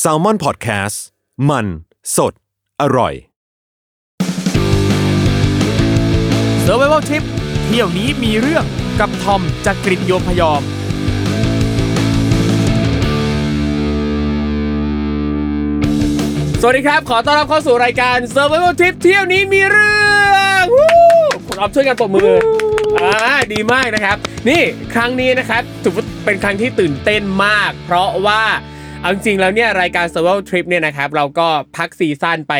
แซลมอนพอดแคสต์มันสดอร่อย s u r v i v a l Trip เที่ยวนี้มีเรื่องกับทอมจากกรีฑโยมพยอม สวัสดีครับ ขอต้อนรับเข้าสู่รายการ s u r v i v a l Trip เที่ยวนี้มีเรื่องวู้คุณออฟช่วยกันปรบมืออ่าดีมากนะครับ นี่ครั้งนี้นะครับถือว่าเป็นครั้งที่ตื่นเต้นมาก เพราะว่า เอาจริงๆแล้วเนี่ยรายการ s u r v i v a l Trip เนี่ยนะครับเราก็พักซีซั่นไป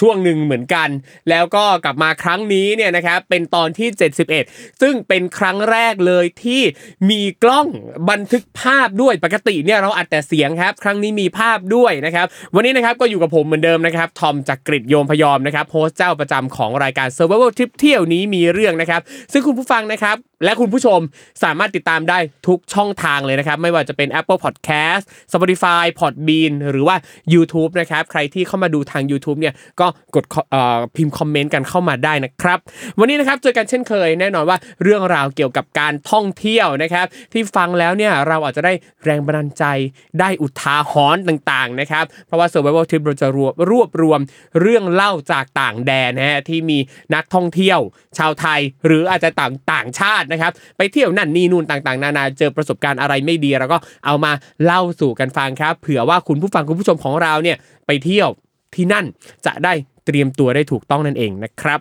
ช่วงหนึ่งเหมือนกัน แล้วก็กลับมาครั้งนี้เนี่ยนะครับเป็นตอนที่ 71 ซึ่งเป็นครั้งแรกเลยที่มีกล้องบันทึกภาพด้วยปกติเนี่ยเราอัดแต่เสียงครับ ครั้งนี้มีภาพด้วยนะครับ วันนี้นะครับก็อยู่กับผมเหมือนเดิมนะครับทอมจากกริฑโยมพยอมนะครับโฮสต์เจ้าประจำของรายการ s u r v i v a l Trip เที่ยวนี้มีเรื่องนะครับ ซึ่งคุณผู้ฟังนะครับ และคุณผู้ชมสามารถติดตามได้ทุกช่องทางเลยนะครับ ไม่ว่าจะเป็น Apple Podcast Spotify Podbean หรือว่า YouTube นะครับ ใครที่เข้ามาดูทาง YouTube เนี่ยก็กดเอ่อพิมพ์คอมเมนต์กันเข้ามาได้นะครับ วันนี้นะครับเจอกันเช่นเคยแน่นอนว่าเรื่องราวเกี่ยวกับการท่องเที่ยวนะครับ ที่ฟังแล้วเนี่ยเราอาจจะได้แรงบันดาลใจได้อุทาหรณ์ต่างๆนะครับ เพราะว่า Survival Trip เราจะรวบรวบรวมเรื่องเล่าจากต่างแดนนะฮะที่มีนักท่องเที่ยว ชาวไทยหรืออาจจะต่างต่างชาตินะครับ ไปเที่ยวนั่นนี่นู่นต่างๆ นานาเจอประสบการณ์อะไรไม่ดีเราก็เอามาเล่าสู่กันฟังครับ เผื่อว่าคุณผู้ฟังคุณผู้ชมของเราเนี่ยไปเที่ยวที่นั่นจะได้เตรียมตัวได้ถูกต้องนั่นเองนะครับ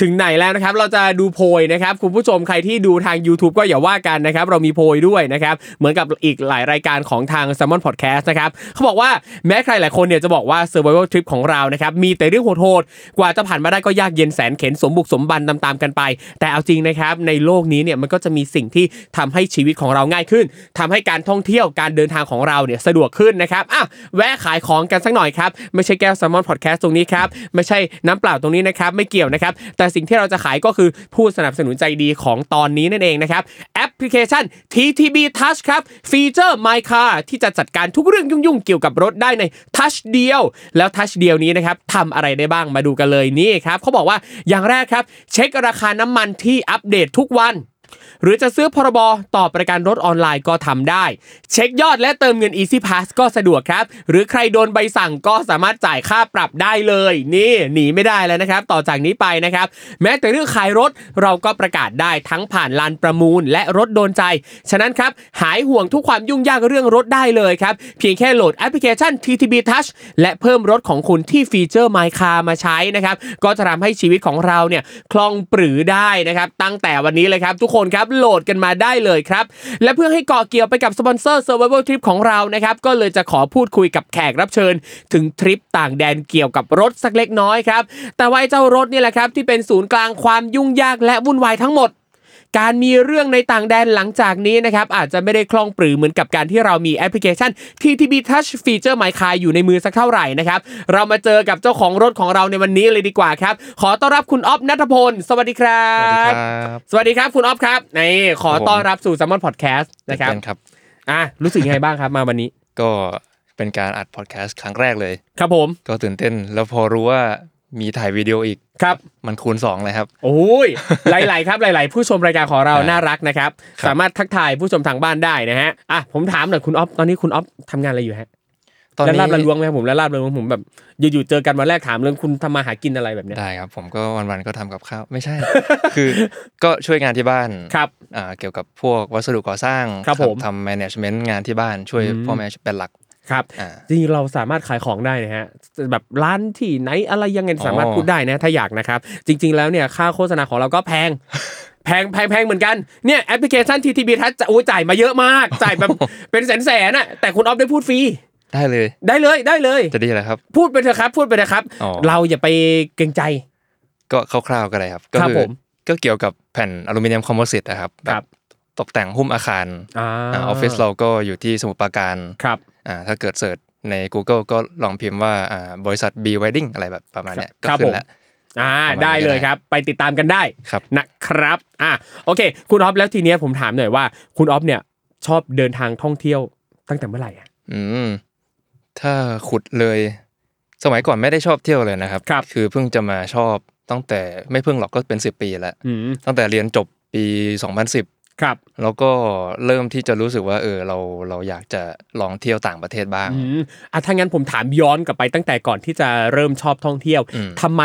ถึงไหนแล้วนะครับเราจะดูโพยนะครับคุณผู้ชมใครที่ดูทาง YouTube ก็อย่าว่ากันนะครับ เรามีโพยด้วยนะครับ เหมือนกับอีกหลายรายการของทาง s ซ m m o n Podcast นะครับเขาบอกว่าแม้ใครหลายคนเนี่ยจะบอกว่า Survival Trip ของเรานะครับมีแต่เรื่องโหดๆกว่าจะผ่านมาได้ก็ยากเย็นแสนเข็นสมบุกสมบันตามๆกันไป แต่เอาจริงนะครับในโลกนี้เนี่ยมันก็จะมีสิ่งที่ทำให้ชีวิตของเราง่ายขึ้นทำให้การท่องเที่ยวการเดินทางของเราเนี่ยสะดวกขึ้นนะครับอ่ะแวะขายของกันสักหน่อยครับไม่ใช่แก้ว s ซ m m o n Podcast ตรงนี้ครับไม่ใช่น้ำเปล่าตรงนี้นะครับไม่เกี่ยวนะครับ แต่สิ่งที่เราจะขายก็คือผู้สนับสนุนใจดีของตอนนี้นั่นเองนะครับแอปพลิเคชัน TTB Touch ครับฟีเจอร์ My Car ที่จะจัดการทุกเรื่องยุ่งๆ เกี่ยวกับรถได้ใน Touch เดียว แล้ว Touch เดียวนี้นะครับทำอะไรได้บ้างมาดูกันเลยนี่ครับเขาบอกว่าอย่างแรกครับ เช็คราคาน้ำมันที่อัปเดตทุกวัน หรือจะซื้อพรบต่อประกันรถออนไลน์ก็ทำได้ เช็คยอดและเติมเงิน Easy Pass ก็สะดวกครับ หรือใครโดนใบสั่งก็สามารถจ่ายค่าปรับได้เลย นี่หนีไม่ได้แล้วนะครับ ต่อจากนี้ไปนะครับ แม้แต่เรื่องขายรถเราก็ประกาศได้ทั้งผ่านลานประมูลและรถโดนใจ ฉะนั้นครับ หายห่วงทุกความยุ่งยากเรื่องรถได้เลยครับ เพียงแค่โหลดแอปพลิเคชัน TTB Touch และเพิ่มรถของคุณที่ฟีเจอร์ My Car มาใช้นะครับ ก็จะทำให้ชีวิตของเราเนี่ยคล่องปรือได้นะครับ ตั้งแต่วันนี้เลยครับ ทุกคนครับโหลดกันมาได้เลยครับ และเพื่อให้เกาะเกี่ยวไปกับสปอนเซอร์ Survival Trip ของเรานะครับ ก็เลยจะขอพูดคุยกับแขกรับเชิญ ถึงทริปต่างแดนเกี่ยวกับรถสักเล็กน้อยครับ แต่ว่าไอ้เจ้ารถนี่แหละครับที่เป็นศูนย์กลางความยุ่งยากและวุ่นวายทั้งหมด การมีเรื่องในต่างแดนหลังจากนี้นะครับ อาจจะไม่ได้คล่องปรือเหมือนกับการที่เรามีแอปพลิเคชัน TTB Touch Feature My Car อยู่ในมือสักเท่าไหร่นะครับ เรามาเจอกับเจ้าของรถของเราในวันนี้เลยดีกว่าครับ ขอต้อนรับคุณอ๊อฟนัทพล สวัสดีครับ บ สวัสดีครับคุณอ๊อฟครับนี่ขอ ครับผม ต้อนรับสู่ s ัมมอนพอดแคสต์ นะ นะครับ ครับ อ่ะรู้สึกยังไงบ้างครับมาวันนี้ ก็เป็นการอัดพอดแคสต์ครั้งแรกเลย ครับผม ก็ตื่นเต้น แล้วพอรู้ว่ามีถ่ายวิดีโออีก ครับ มันคูณ 2 เลยครับ โอ้ย หลาย ๆ ครับ หลาย ๆ ผู้ชมรายการของเราน่ารักนะครับ ครับ สามารถทักทายผู้ชมทางบ้านได้นะฮะ อ่ะ ผมถามหน่อยคุณอ๊อฟ ตอนนี้คุณอ๊อฟทำงานอะไรอยู่ฮะ ตอน และ นี้ ลาบละล้วงไหมครับผมและลาบละล้วงผมแบบอยู่ๆเจอกันวันแรกถามเรื่องคุณทำมาหากินอะไรแบบเนี้ย ได้ครับ ผมก็วันๆก็ทำกับข้าวไม่ใช่ คือก็ช่วยงานที่บ้าน ครับ อ่าเกี่ยวกับพวกวัสดุก่อสร้าง ครับผม ทำแมネจเมนต์งานที่บ้านช่วย อืม พ่อแม่เป็นหลัก ครับ อ่า จริงๆเราสามารถขายของได้นะฮะแบบร้านที่ไหนอะไรยังไงสามารถพูดได้นะถ้าอยากนะครับ จริง ๆ แล้วเนี่ยค่าโฆษณาของเราก็แพง แพงแพงแพงเหมือนกันเนี่ยแอปพลิเคชันทีทีบีทัชจะโอ้ยจ่ายมาเยอะมาก จ่ายแบบ เป็นแสนแสนๆอะแต่คุณออฟได้พูดฟรี ได้เลย ได้เลยได้เลย จะดีแล้วครับ พูดไปเถอะครับ พูดไปเถอะครับ อ๋อ เราอย่าไปเกรงใจ ก็คร่าวๆก็ได้ครับ ก็ ครับ คื ผม ก็เกี่ยวกับแผ่นอลูมิเนียมคอมโพสิตนะครับ ครับ แตกแต่งหุ้มอาคาร อา อาออฟฟิศเราก็อยู่ที่สมุทรปราการ ครับ อ่าถ้าเกิดเสิร์ชใน Google ก็ลองพิมพ์ว่าอ่าบริษัท B Wedding อะไรแบบประมาณเนี้ยก็ ครับ ขึ้ ผ น ม แล้ว อ่า ประมาณนี้ ได้เลย ก็ได้ ครับ ไปติดตามกันได้ ครับ นะครับอ่ะโอเค คุณออฟแล้วทีเนี้ยผมถามหน่อยว่า คุณออฟเนี่ยชอบเดินทางท่องเที่ยวตั้งแต่เมื่อไหร่อะ อืมถ้าขุดเลย สมัยก่อนไม่ได้ชอบเที่ยวเลยนะครับ ครับ คือเพิ่งจะมาชอบตั้งแต่ไม่เพิ่งหรอกก็เป็น 10 ปีแล้ว อืม ตั้งแต่เรียนจบปี 2010 ครับ แล้วก็เริ่มที่จะรู้สึกว่า เออเราเราอยากจะลองเที่ยวต่างประเทศบ้าง อืมอ่ะถ้างั้นผมถามย้อนกลับไปตั้งแต่ก่อนที่จะเริ่มชอบท่องเที่ยว อืม ทำไม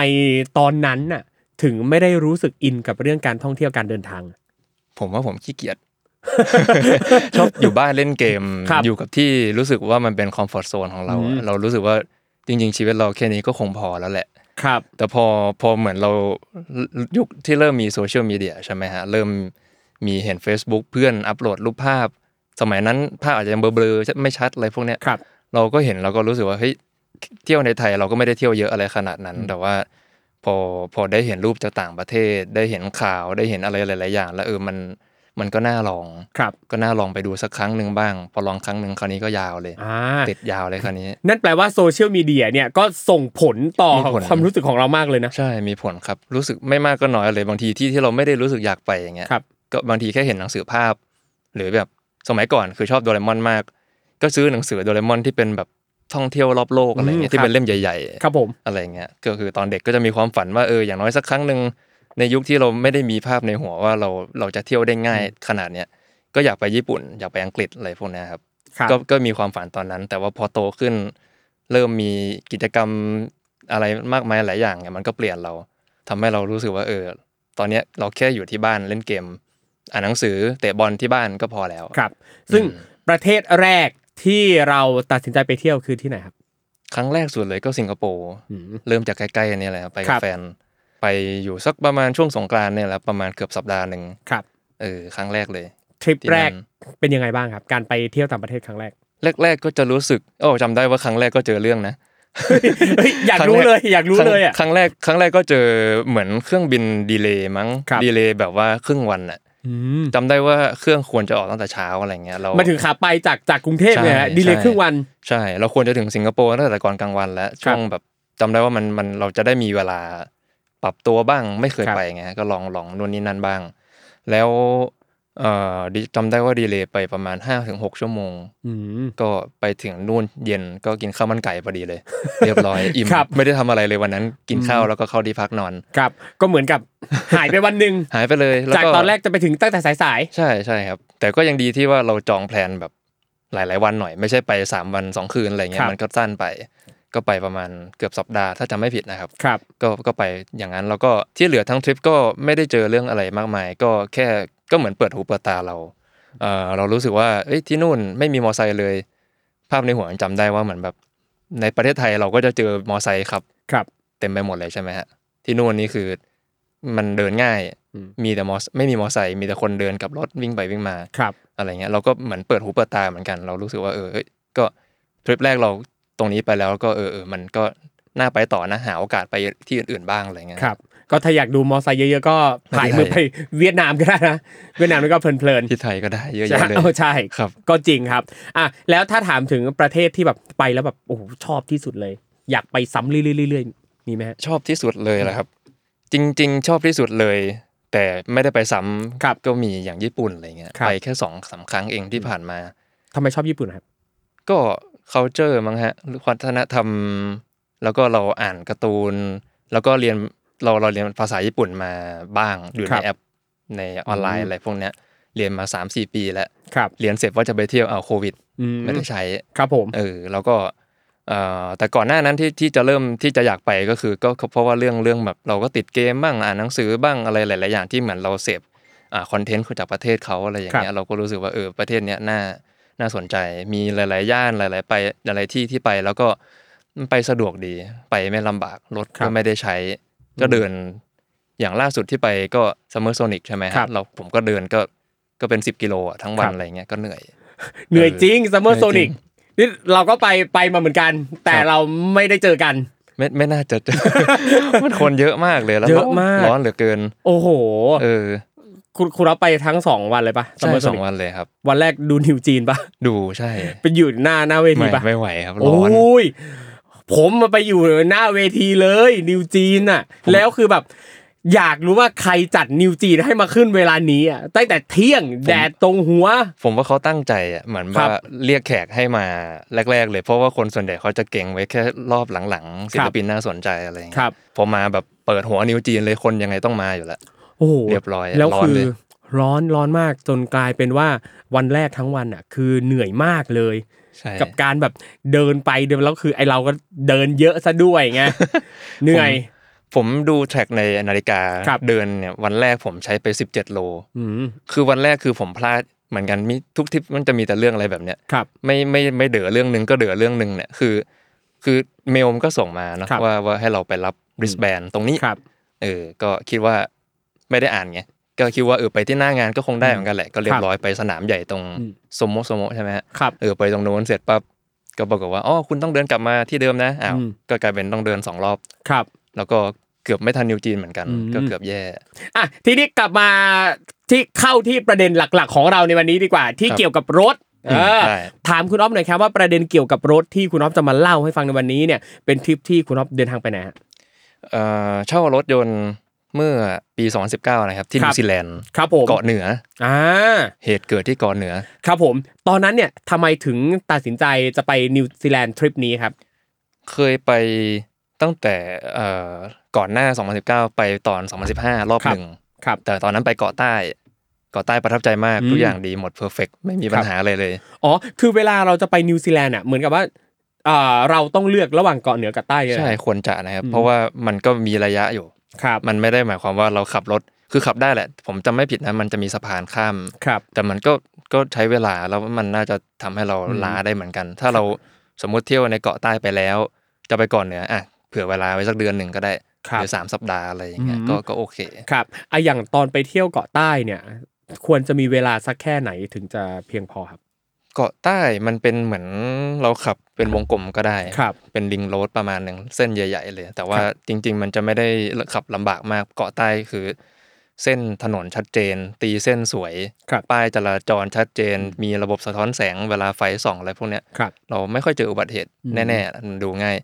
ตอนนั้นน่ะ ถึงไม่ได้รู้สึกอินกับเรื่องการท่องเที่ยวการเดินทาง ผมว่าผมขี้เกียจ ชอบอยู่บ้านเล่นเกม ครับ อยู่กับที่รู้สึกว่ามันเป็นคอมฟอร์ z โซนของเราอะ อืม เรารู้สึกว่าจริง ๆ ชีวิตเราแค่นี้ก็คงพอแล้วแหละ ครับ แต่พอพอเหมือนเรายุคที่เริ่มมีโซเชียลมีเดียใช่ไหมฮะ เริ่มมีเห็น Facebook เพื่อนอัปโหลดรูปภาพ สมัยนั้นภาพอาจจะยังเบลอๆไม่ชัดอะไรพวกเนี้ย ครับ เราก็เห็นเราก็รู้สึกว่าเฮ้ยเที่ยวในไทยเราก็ไม่ได้เที่ยวเยอะอะไรขนาดนั้น แต่ว่า พอพอได้เห็นรูปจากต่างประเทศ ได้เห็นข่าวได้เห็นอะไรหลาย ๆ อย่าง แล้วเออมันมันก็น่าลอง ครับ ก็น่าลองไปดูสักครั้งหนึ่งบ้าง พอลองครั้งหนึ่งคราวนี้ก็ยาวเลย อ่า ติดยาวเลยคราวนี้ นั่นแปลว่าโซเชียลมีเดียเนี่ยก็ส่งผลต่อ มีผล ความรู้สึกของเรามากเลยนะ ใช่มีผลครับรู้สึกไม่มากก็น้อยเลยบางทีที่ที่เราไม่ได้รู้สึกอยากไปอย่างเงี้ย ครับ ก็บางทีแค่เห็นหนังสือภาพ หรือแบบสมัยก่อนคือชอบโดเรมอนมาก ก็ซื้อหนังสือโดเรมอนที่เป็นแบบท่องเที่ยวรอบโลกอะไรเงี้ยที่เป็นเล่มใหญ่ ๆ ครับผม อะไรเงี้ย ก็คือตอนเด็กก็จะมีความฝันว่าเอออย่างน้อยสักครั้งหนึ่งในยุคที่เราไม่ได้มีภาพในหัวว่าเราเราจะเที่ยวได้ง่ายขนาดเนี้ยก็อยากไปญี่ปุ่น อยากไปอังกฤษอะไรพวกเนี้ยครับ ครับ ก็ก็มีความฝันตอนนั้น แต่ว่าพอโตขึ้น เริ่มมีกิจกรรมอะไรมากมายหลายอย่างเนี่ยมันก็เปลี่ยนเราทำให้เรารู้สึกว่าเออ ตอนเนี้ยเราแค่อยู่ที่บ้านเล่นเกม อ่านหนังสือเตะบอลที่บ้านก็พอแล้ว ครับ ซึ่งประเทศแรกที่เราตัดสินใจไปเที่ยวคือที่ไหนครับ ครั้งแรกสุดเลยก็สิงคโปร์ อืม เริ่มจากใกล้ๆอันนี้แหละครับไป ค กั รั บบ แฟน ไปอยู่สักประมาณช่วงสงกรานต์เนี่ยแหละประมาณเกือบสัปดาห์หนึ่ง ครับ เออครั้งแรกเลย ทริปแรก ที่นั่ เป็นยังไงบ้างครับ การไปเที่ยวต่างประเทศครั้งแรก แรก ๆ ก็จะรู้สึกโอ้จำได้ว่าครั้งแรกก็เจอเรื่องนะ เฮ้ยอยาก คง รู้ แก เลยอยากรู้ คง เลยอ่ะ ครั้งแรกครั้งแรกก็เจอเหมือนเครื่องบินดีเลย์มั้ง ครับ ดีเลย์แบบว่าครึ่งวันน่ะ อืม จำได้ว่าเครื่องควรจะออกตั้งแต่เช้าอะไรเงี้ยเรา มาถึงขาไปจากจากกรุงเทพเนี่ยฮะ ใช่ ดีเลย ใช่ ครึ่งวัน ใช่ เราควรจะถึงสิงคโปร์ตั้งแต่ก่อนกลางวันแล้วช่วงแบบจำได้ว่ามันมันเราจะได้มีเวลาปรับตัวบ้างไม่เคย ครับ ไปไงก็ลองลองนู่นนี่นั่นบ้าง แล้วเอ่อดิจำได้ว่าดีเลยไปประมาณ 5-6 ชั่วโมง อืม ก็ไปถึงนู่นเย็นก็กินข้าวมันไก่พอดีเลย เรียบร้อยอิ่ม ครับ ไม่ได้ทำอะไรเลยวันนั้น กินข้าวแล้วก็เข้าที่พักนอน ครับ ก็เหมือน กับ หายไปวันหนึ่ง หายไปเลยแล้ว จากตอนแรกจะไปถึงตั้งแต่สาย ใช่ใช่ครับ แต่ก็ยังดีที่ว่าเราจองแพลนแบบหลาย ๆ วันหน่อย ไม่ใช่ไป 3 วัน 2 คืนอะไรเงี้ยมันก็สั้นไป ก็ไปประมาณเกือบสัปดาห์ถ้าจำไม่ผิดนะครับ ๆครับ ก็ก็ไปอย่างนั้นแล้วก็ที่เหลือทั้งทริปก็ไม่ได้เจอเรื่องอะไรมากมาย ก็แค่ก็เหมือนเปิดหูเปิดตาเราเออเรารู้สึกว่าเอ้ยที่นู่นไม่มีมอไซค์เลย ภาพในหัวยังจำได้ว่าเหมือนแบบ ในประเทศไทยเราก็จะเจอมอไซค์ขับ ครับ เต็มไปหมดเลยใช่ไหมฮะ ที่นู่นนี่คือมันเดินง่าย อืม มีแต่มอสไม่มีมอไซค์มีแต่คนเดินกับรถวิ่งไปวิ่งมา ครับ อะไรเงี้ยเราก็เหมือนเปิดหูเปิดตาเหมือนกัน เรารู้สึกว่าเออเอ้ยก็ทริปแรกเราตรงนี้ไปแล้วก็เออเออมันก็น่าไปต่อนะหาโอกาสไปที่อื่นๆบ้างอะไรเงี้ย ครับ ก็ถ้าอยากดูมอไซค์เยอะๆก็ผ่ายมือไปเวียดนามก็ได้นะเวียดนามนี่ก็เพลินๆ ที่ไทยก็ได้เยอะ ใช่ แยะเลย เออใช่ ครับ ก็จริงครับอ่ะแล้วถ้าถามถึงประเทศที่แบบไปแล้วแบบโอ้โหชอบที่สุดเลย อยากไปซ้ำเรื่อยๆเรื่อยๆมีไหมฮะ ชอบที่สุดเลยแหละครับ จริง ๆ ชอบที่สุดเลย แต่ไม่ได้ไปซ้ ครับ ำก็มีอย่างญี่ปุ่นอะไรเงี้ย ครับ ไปแค่สองสามครั้งเองที่ผ่านมา ทำไมชอบญี่ปุ่นครับ ก็ culture มั้งฮะหรือวัฒนธรรม แล้วก็เราอ่านการ์ตูน แล้วก็เรียนเราเราเรียนภาษาญี่ปุ่นมาบ้าง อยู่ ครับในแอปในออนไลน์อะไรพวกเนี้ยเรียนมา 3-4 ปีแล้ว ครับ เรียนเสร็จว่าจะไปเที่ยวเอาโควิด อืม ไม่ได้ใช้ ครับผม เออแล้วก็ เอ่อแต่ก่อนหน้านั้นที่ที่จะเริ่มที่จะอยากไปก็คือก็เพราะว่าเรื่องเรื่องแบบเราก็ติดเกมบ้างอ่านหนังสือบ้างอะไรหลาย ๆ อย่างที่เหมือนเราเสพอ่าคอนเทนต์จากประเทศเขาอะไรอย่างเงี้ยเราก็รู้สึกว่าเออประเทศเนี้ยน่าน่าสนใจมีหลาย ๆ ย่านหลาย ๆ ไปหลาย ๆ ที่ที่ไปแล้วก็มันไปสะดวกดีไปไม่ลำบากรถ ครั ก็ บ ไม่ได้ใช้ ก็เดินอย่างล่าสุดที่ไปก็ซัมเมอร์โซนิกใช่ไหมฮะ ครับ เราผมก็เดินก็ก็เป็น 10กิโลอะทั้งควัน รับ อะไรเงี้ยก็เหนื่อย เหนื่อยจริงซัมเมอร์โซนิก เหนื่อยจริ นี่เราก็ไปไปมาเหมือนกัน แต่ ครับ เราไม่ได้เจอกัน ไม่ไม่น่าจะเจอ มันคนเยอะมากเลยแล้ว เยอะมาก ร้อนเหลือเกิน โอ้โห เออ คุณคุณรับไปทั้งสองวันเลยปะซัม ใช่ เมอร์โซ สอ นิ ง ก วันเลยครับ วันแรกดูนิวจีนปะ ดูใช่ ไปอยู่หน้าหน้าเวที ไม่ ปะ ไม่ไหวครับ โอ ร้อน้ ยผมมาไปอยู่หน้าเวทีเลยนิวจีนอ่ะ แล้วคือแบบ อยากรู้ว่าใครจัดนิวจีนให้มาขึ้นเวลานี้อ่ะตั้งแต่เที่ยงแดดตรงหัว ผมว่าเขาตั้งใจอ่ะเหมือน ครั ว่า บ เรียกแขกให้มาแรก ๆ เลย เพราะว่าคนส่วนใหญ่เขาจะเก่งไว้แค่รอบหลังๆศิลปินน่าสนใจอะไรอย่าง ค เงี้ รั ย บ ผมมาแบบเปิดหัวนิวจีนเลยคนยังไงต้องมาอยู่แล้ว โอ้โห เรียบร้อย แล้ว ร้อน คือ เลย ร้อนร้อนมากจนกลายเป็นว่าวันแรกทั้งวันอ่ะ คือเหนื่อยมากเลย ใช่ กับการแบบเดินไปเดินแล้วคือไอเราก็เดินเยอะซะด้วยไง เหนื่อย ผมดูแทร็กในนาฬิกา ครับ เดินเนี่ยวันแรกผมใช้ไป 17 โล อืม คือวันแรกคือผมพลาดเหมือนกันมีทุกทริปมันจะมีแต่เรื่องอะไรแบบเนี้ย ครับ ไม่ไม่ไม่เดือเรื่องหนึ่งก็เดือเรื่องหนึ่งเนี่ยคือ คือเมลมนก็ส่งมาเนอะ ครับ ว่าว่าให้เราไปรับริสแบนตรงนี้ ครับ เออก็คิดว่าไม่ได้อ่านไงก็คิดว่าเออไปที่หน้างานก็คงได้เหมือนกันแหละก็เรีย ครับ บร้อยไปสนามใหญ่ตรง อืม สมโมสมโมใช่ไหมฮะ ครับ เออไปตรงโน้นเสร็จปั๊บก็บอกกับว่าอ๋อคุณต้องเดินกลับมาที่เดิมนะอ้าว อืม ก็กลายเป็นต้องเดินสองรอบ ครับ แล้วก็เกือบไม่ทันนิวจีนเหมือนกัน อืม ก็เกือบแย่ อ่ะทีนี้กลับมาที่เข้าที่ประเด็นหลัก ๆ ของเราในวันนี้ดีกว่า ที่ ครับ เกี่ยวกับรถ อื เอ ม อ ได้ ถามคุณอ๊อฟหน่อยครับว่าประเด็นเกี่ยวกับรถที่คุณอ๊อฟจะมาเล่าให้ฟังในวันนี้เนี่ยเป็นทริปที่คุณอ๊อฟเดินทางไปไหนฮะ เอ่อเช่ารถยนต์เมื่อปี 2019 นะครับที่ ครั นิ บ วซีแลนด์ ครับผม เกาะเหนือ อ่า เหตุเกิดที่เกาะเหนือ ครับผม ตอนนั้นเนี่ยทำไมถึงตัดสินใจจะไปนิวซีแลนด์ทริปนี้ครับ เคยไปตั้งแต่เอ่อก่อนหน้า 2019 ไปตอน 2015 รอบ ครับ หนึ่ง ครับ แต่ตอนนั้นไปเกาะใต้เกาะใต้ประทับใจมาก อืม ทุกอย่างดีหมดเพอร์เฟกไม่มี ครับ ปัญหาอะไรเลย อ๋อ คือเวลาเราจะไปนิวซีแลนด์อ่ะ เหมือนกับว่าเอ่อเราต้องเลือกระหว่างเกาะเหนือกับใต้เลยนะ ใช่ควรจะนะครับ อืม เพราะว่ามันก็มีระยะอยู่ ครับ มันไม่ได้หมายความว่าเราขับรถคือขับได้แหละ ผมจำไม่ผิดนะมันจะมีสะพานข้าม ครับ แต่มันก็ก็ใช้เวลาแล้วมันน่าจะทำให้เรา อืม ล้าได้เหมือนกัน ถ้าเราสมมติเที่ยวในเกาะใต้ไปแล้ว จะไปเก่อนเหนืออ่ะเผื่อเวลาไว้สักเดือนหนึ่งก็ได้ ค ห รับ รือสามสัปดาห์อะไรอย่างเงี้ย อืม ก็ก็โอเค ครับอ่ะอย่างตอนไปเที่ยวเกาะใต้เนี่ย ควรจะมีเวลาสักแค่ไหนถึงจะเพียงพอครับ เกาะใต้มันเป็นเหมือนเราขับเป็นวงกลมก็ได้ ครับ เป็นริงโรดประมาณหนึ่งเส้นใหญ่ ๆ เลย แต่ว่า ครับ จริง ๆ มันจะไม่ได้ขับลำบากมากเกาะใต้คือ เส้นถนนชัดเจน ตีเส้นสวย ครับ ป้ายจราจรชัดเจน มีระบบสะท้อนแสงเวลาไฟส่องอะไรพวกเนี้ย ครับ เราไม่ค่อยเจออุบัติเหตุ อืม แน่ๆมันดูง่าย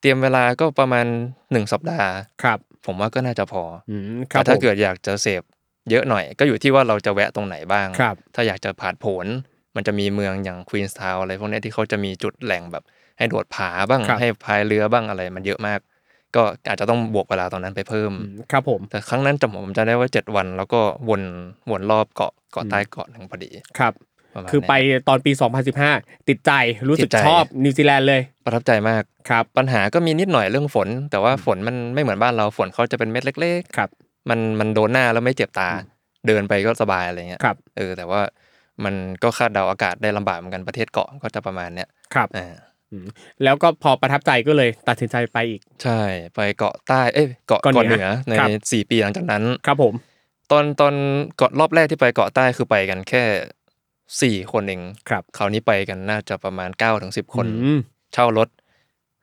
เตรียมเวลาก็ประมาณ 1 สัปดาห์ ครับ ผมว่าก็น่าจะพออ อืมครั แต่ บ ถ้า ผม เกิดอยากจะเสพเยอะหน่อย ก็อยู่ที่ว่าเราจะแวะตรงไหนบ้าง ครับ ถ้าอยากจะผ่านผล มันจะมีเมืองอย่างควีนส์ทาวอะไรพวกเนี้ยที่เขาจะมีจุดแหล่งแบบ ให้โดดผาบ้าง ครับ ให้พายเรือบ้างอะไร มันเยอะมาก ก็อาจจะต้องบวกเวลาตอนนั้นไปเพิ่ม อืมครับผม แต่ครั้งนั้นจำผมจะได้ว่า 7 วัน แล้วก็วนวนรอบเกาะเกาะใต้เกาะหนึ่งพอดี ครับ ประมาณ คือไป เนี้ย ตอนปี 2015 ติดใจรู้สึก ติดใจ ชอบนิวซีแลนด์เลย ประทับใจมาก ครับ ปัญหาก็มีนิดหน่อยเรื่องฝน แต่ว่าฝนมันไม่เหมือนบ้านเราฝนเขาจะเป็นเม็ดเล็ก ๆ ครับ มันมันโดนหน้าแล้วไม่เจ็บตา เดินไปก็สบายอะไรเงี้ย ครับ เออแต่ว่ามันก็คาดเดาอากาศได้ลำบากเหมือนกันประเทศเกาะก็จะประมาณเนี้ย ครับ อ่า แล้วก็พอประทับใจก็เลยตัดสินใจไปอีก ใช่ไปเกาะใต้เอ้ยเกาะ เกาะ เกาะ เห เห นื นื อ อใน ครับ สี่ปีหลังจากนั้น ครับผม ตอนตอนเกาะรอบแรกที่ไปเกาะใต้คือไปกันแค่สี่คนเอง ครับ คราวนี้ไปกันน่าจะประมาณ9ก้าถึงสิบคน อืม เช่ารถ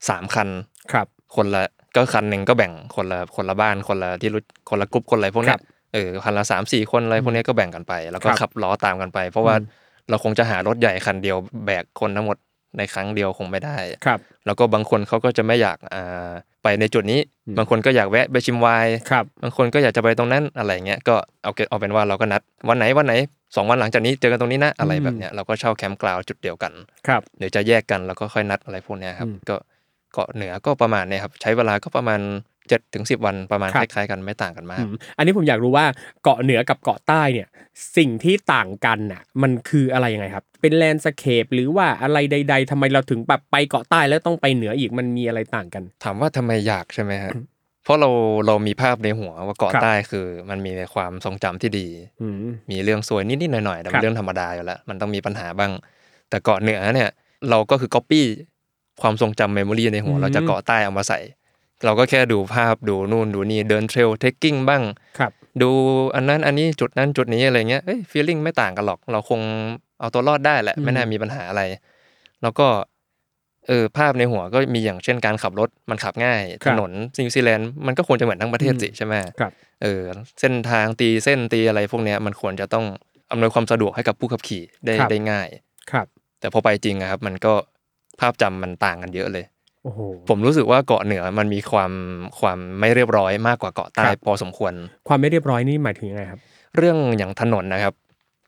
สามคัน ครับ คนละก็คันหนึ่งก็แบ่งคนละคนละบ้านคนละที่รู้คนละกลุ่มคนอะไรพวกเนี้ ครั ย บ เออคันละสามสี่คนอะไรพวกเนี้ยก็แบ่งกันไป แล้วก็ ครับ ขับล้อตามกันไป เพราะว่า อืม เราคงจะหารถใหญ่คันเดียวแบกคนทั้งหมดในครั้งเดียวคงไม่ได้ ครับ แล้วก็บางคนเขาก็จะไม่อยากอ่าไปในจุดนี้ อืม บางคนก็อยากแวะไปชิมไวน์ ครับ บางคนก็อยากจะไปตรงนั้นอะไรเงี้ยก็เอาเกเอาเป็นว่าเราก็นัดวันไหนวันไหนสองวันหลังจากนี้เจอกันตรงนี้นะอะไรแบบเนี้ยเราก็เช่าแคมป์กลาวจุดเดียวกัน ครับ เดี๋ยวจะแยกกันแล้วก็ค่อยนัดอะไรพวกเนี้ยครับ อืม ก็เกาะเหนือก็ประมาณเนี้ยครับใช้เวลาก็ประมาณ 7จ็ดถึงสิวันประมาณ ครั ค บ ล้ายๆกันไม่ต่างกันมาก อืมอันนี้ผมอยากรู้ว่าเกาะเหนือกับเกาะใต้เนี่ย สิ่งที่ต่างกันน่ะ มันคืออะไรยังไงครับ เป็นแลนด์สเคปหรือว่าอะไรใด ๆทำไมเราถึงแบบไปเกาะใต้แล้วต้องไปเหนืออีกมันมีอะไรต่างกัน ถามว่าทำไมอยากใช่ไหมฮะเพราะเราเรามีภาพในหัวว่าเกาะ ครับ ใต้คือมันมีในความทรงจำที่ดี อืม มีเรื่องซวยนิดๆหน่อยๆแต่ ครั เป็บนเรื่องธรรมดาอยู่แล้ว มันต้องมีปัญหาบ้าง แต่เกาะเหนือเนี่ย เราก็คือก๊อปปี้ความทรงจำเมมโมรีในหัวเราจะเกาะใต้เอามาใส่ เราก็แค่ดูภาพดูนู่นดูนี่เดินเทรลเทคกิ้งบ้าง ครับ ดูอันนั้นอันนี้จุดนั้นจุดนี้อะไรเงี้ยเอ้ยฟีลลิ่งไม่ต่างกันหรอก เราคงเอาตัวรอดได้แหละ อืม ไม่น่ามีปัญหาอะไร แล้วก็เออภาพในหัวก็มีอย่างเช่นการขับรถมันขับง่าย ถนนนิวซีแลนด์มันก็ควรจะเหมือนทั้งประเทศสิใช่ไหม ครับ เออเส้นทางตีเส้นตีอะไรพวกเนี้ยมันควรจะต้องอำนวยความสะดวกให้กับผู้ขับขี่ได้ ครับ ได้ง่าย ครับ แต่พอไปจริงอะครับ มันก็ภาพจำมันต่างกันเยอะเลย โอ้โห ผมรู้สึกว่าเกาะเหนือมันมีความความไม่เรียบร้อยมากกว่าเกาะใต้ ครับ พอสมควร ความไม่เรียบร้อยนี่หมายถึงยังไงครับ เรื่องอย่างถนนนะครับ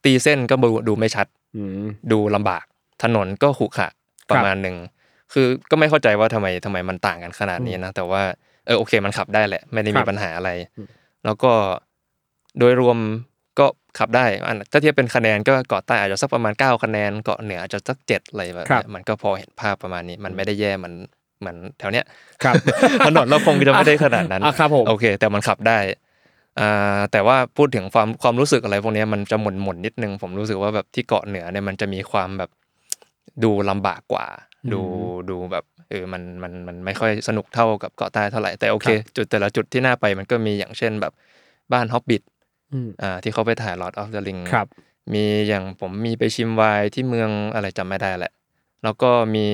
ตีเส้นก็ดูดูไม่ชัด อืม ดูลำบาก ถนนก็ขรุขระประมาณหนึ่งคือก็ไม่เข้าใจว่าทำไมทำไมมันต่างกันขนาดนี้นะ แต่ว่าเออโอเคมันขับได้แหละ ไม่คได้รั มี บ ปัญหาอะไร แล้วก็โดยรวมก็ขับได้อันถ้าเทียบเป็นคะแนนก็เกาะใต้อาจจะสักประมาณ 9 คะแนนเกาะเหนืออาจจะสักเจ็ดอะไรแบบ ครั เนี้ บ ยมันก็พอเห็นภาพประมาณนี้ มันไม่ได้แย่เหมือนเหมือนแถวเนี้ย ครับ ถนนเราคงจะไม่ได้ขนาดนั้น อ่ะครับผม โอเค แต่มันขับได้อ่าแต่ว่าพูดถึงความความรู้สึกอะไรพวกเนี้ยมันจะหม่นหม่นๆนิดนึง ผมรู้สึกว่าแบบที่เกาะเหนือเนี่ยมันจะมีความแบบดูลำบากกว่า ดูดูแบบเออมันมันมันไม่ค่อยสนุกเท่ากับเกาะใต้เท่าไหร่แต่โอเค จุดแต่ละจุดที่น่าไปมันก็มีอย่างเช่นแบบบ้านฮอบบิท อืม อ่าที่เขาไปถ่าย Lord of the Ring ครับ มีอย่างผมมีไปชิมไวน์ที่เมืองอะไรจำไม่ได้แหละ แล้วก็มี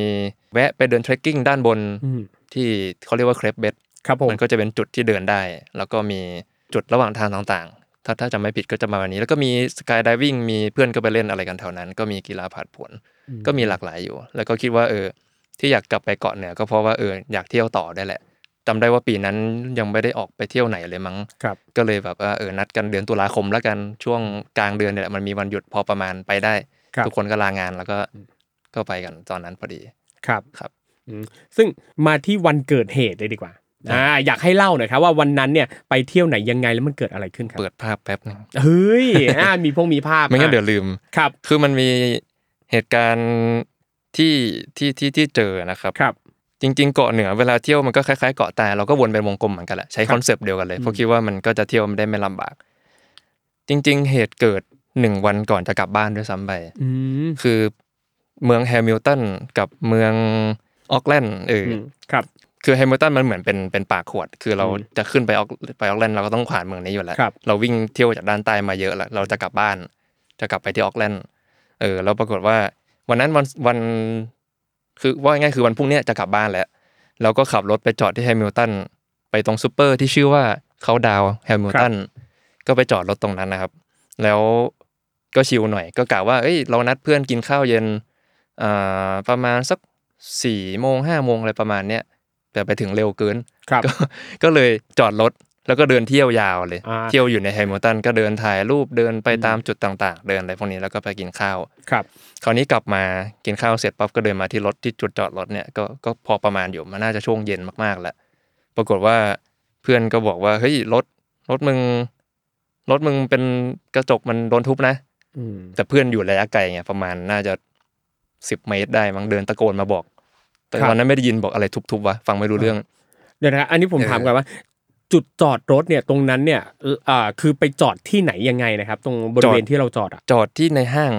แวะไปเดินเทรคกิ้งด้านบน อืม ที่เขาเรียกว่าเครปเบด ครับผม มันก็จะเป็นจุดที่เดินได้ แล้วก็มีจุดระหว่างทางต่างๆ ถ้าถ้าจำไม่ผิดก็จะประมาณนี้ แล้วก็มีสกายดิวิ่งมีเพื่อนก็ไปเล่นอะไรกันแถวนั้น ก็มีกีฬาผาดผล ก็มีหลากหลายอยู่ แล้วก็คิดว่าเออ ที่อยากกลับไปเกาะเหนือก็เพราะว่าเอออยากเที่ยวต่อได้แหละจำได้ว่าปีนั้นยังไม่ได้ออกไปเที่ยวไหนเลยมั้ง ครับ ก็เลยแบบว่าเออนัดกันเดือนตุลาคมแล้วกันช่วงกลางเดือนเนี่ยแหละมันมีวันหยุดพอประมาณไปได้ ครับ ทุกคนก็ลางานแล้วก็ก็ไปกันตอนนั้นพอดี ครับ ครับ อืมซึ่งมาที่วันเกิดเหตุเลยดีกว่า ครับ อ่า อยากให้เล่าหน่อยครับว่าวันนั้นเนี่ยไปเที่ยวไหนยังไงแล้วมันเกิดอะไรขึ้นครับ เปิดภาพแป๊บนึง เฮ้ยอ่ามีพงมีภาพ ไม่งั้นเดี๋ยว อ่ะ ลืม ครับ คือมันมีเหตุการณ์ที่ที่ที่ที่เจอนะครับ ครับ จริง ๆ เกาะเหนือเวลาเที่ยวมันก็คล้ายๆเกาะใต้เราก็วนเป็นวงกลมเหมือนกันแหละใช้คอนเซปต์เดียวกันเลยเพราะคิดว่ามันก็จะเที่ยวไม่ได้ไม่ลำบาก จริง ๆ เหตุเกิดหนึ่งวันก่อนจะกลับบ้านด้วยซ้ำไป อืม คือเมืองแฮมิลตันกับเมืองออกแลนด์เอออ ครับ คือแฮมิลตันมันเหมือนเป็นเป็นปากขวด คือเรา อืม จะขึ้นไปออกไปออกแลนด์เราก็ต้องผ่านเมืองนี้อยู่แล้ว ครับ เราวิ่งเที่ยวจากด้านใต้มาเยอะแล้ว เราจะกลับบ้าน จะกลับไปที่ออกแลนด์ เออ แล้วปรากฏว่า วันนั้นวันวัน คือว่าง่ายๆคือวันพรุ่งเนี้ยจะกลับบ้านแล้ว เราก็ขับรถไปจอดที่แฮมิลตัน ไปตรงซูเปอร์ที่ชื่อว่าเขาดาวแฮมิลตัน ก็ไปจอดรถตรงนั้นนะครับ แล้วก็ชิลหน่อย ก็กะว่า เอ้ย เรานัดเพื่อนกินข้าวเย็นอ่าประมาณสักสี่โมงห้าโมงอะไรประมาณเนี้ย แต่ไปถึงเร็วเกิน ครับ ก็ ก็เลยจอดรถ แล้วก็เดินเที่ยวยาวเลย อ่า เที่ยวอยู่ในแฮมิลตันก็เดินถ่ายรูปเดินไปตามจุดต่าง ๆ เดินอะไรพวกนี้แล้วก็ไปกินข้าว ครับ คราวนี้กลับมากินข้าวเสร็จปั๊บก็เดินมาที่รถที่จุดจอดรถเนี่ยก็ก็พอประมาณอยู่มันน่าจะช่วงเย็นมากๆแล้วปรากฏว่าเพื่อนก็บอกว่าเฮ้ยรถรถมึงรถมึงเป็นกระจกมันโดนทุบนะ อืม แต่เพื่อนอยู่ระยะไกลไงประมาณน่าจะสิบเมตรได้มั้งเดินตะโกนมาบอก แต่ ครับ ตอนนั้นไม่ได้ยินบอกอะไรทุบๆวะฟังไม่รู้เรื่อง เดี๋ยวนะครับอันนี้ผม เออ ถามก่อนว่า จุดจอดรถเนี่ยตรงนั้นเนี่ยเอ่ออ่าคือไปจอดที่ไหนยังไงนะครับ ตรงบริเวณที่เราจอดอ่ะ จอดที่ในห้าง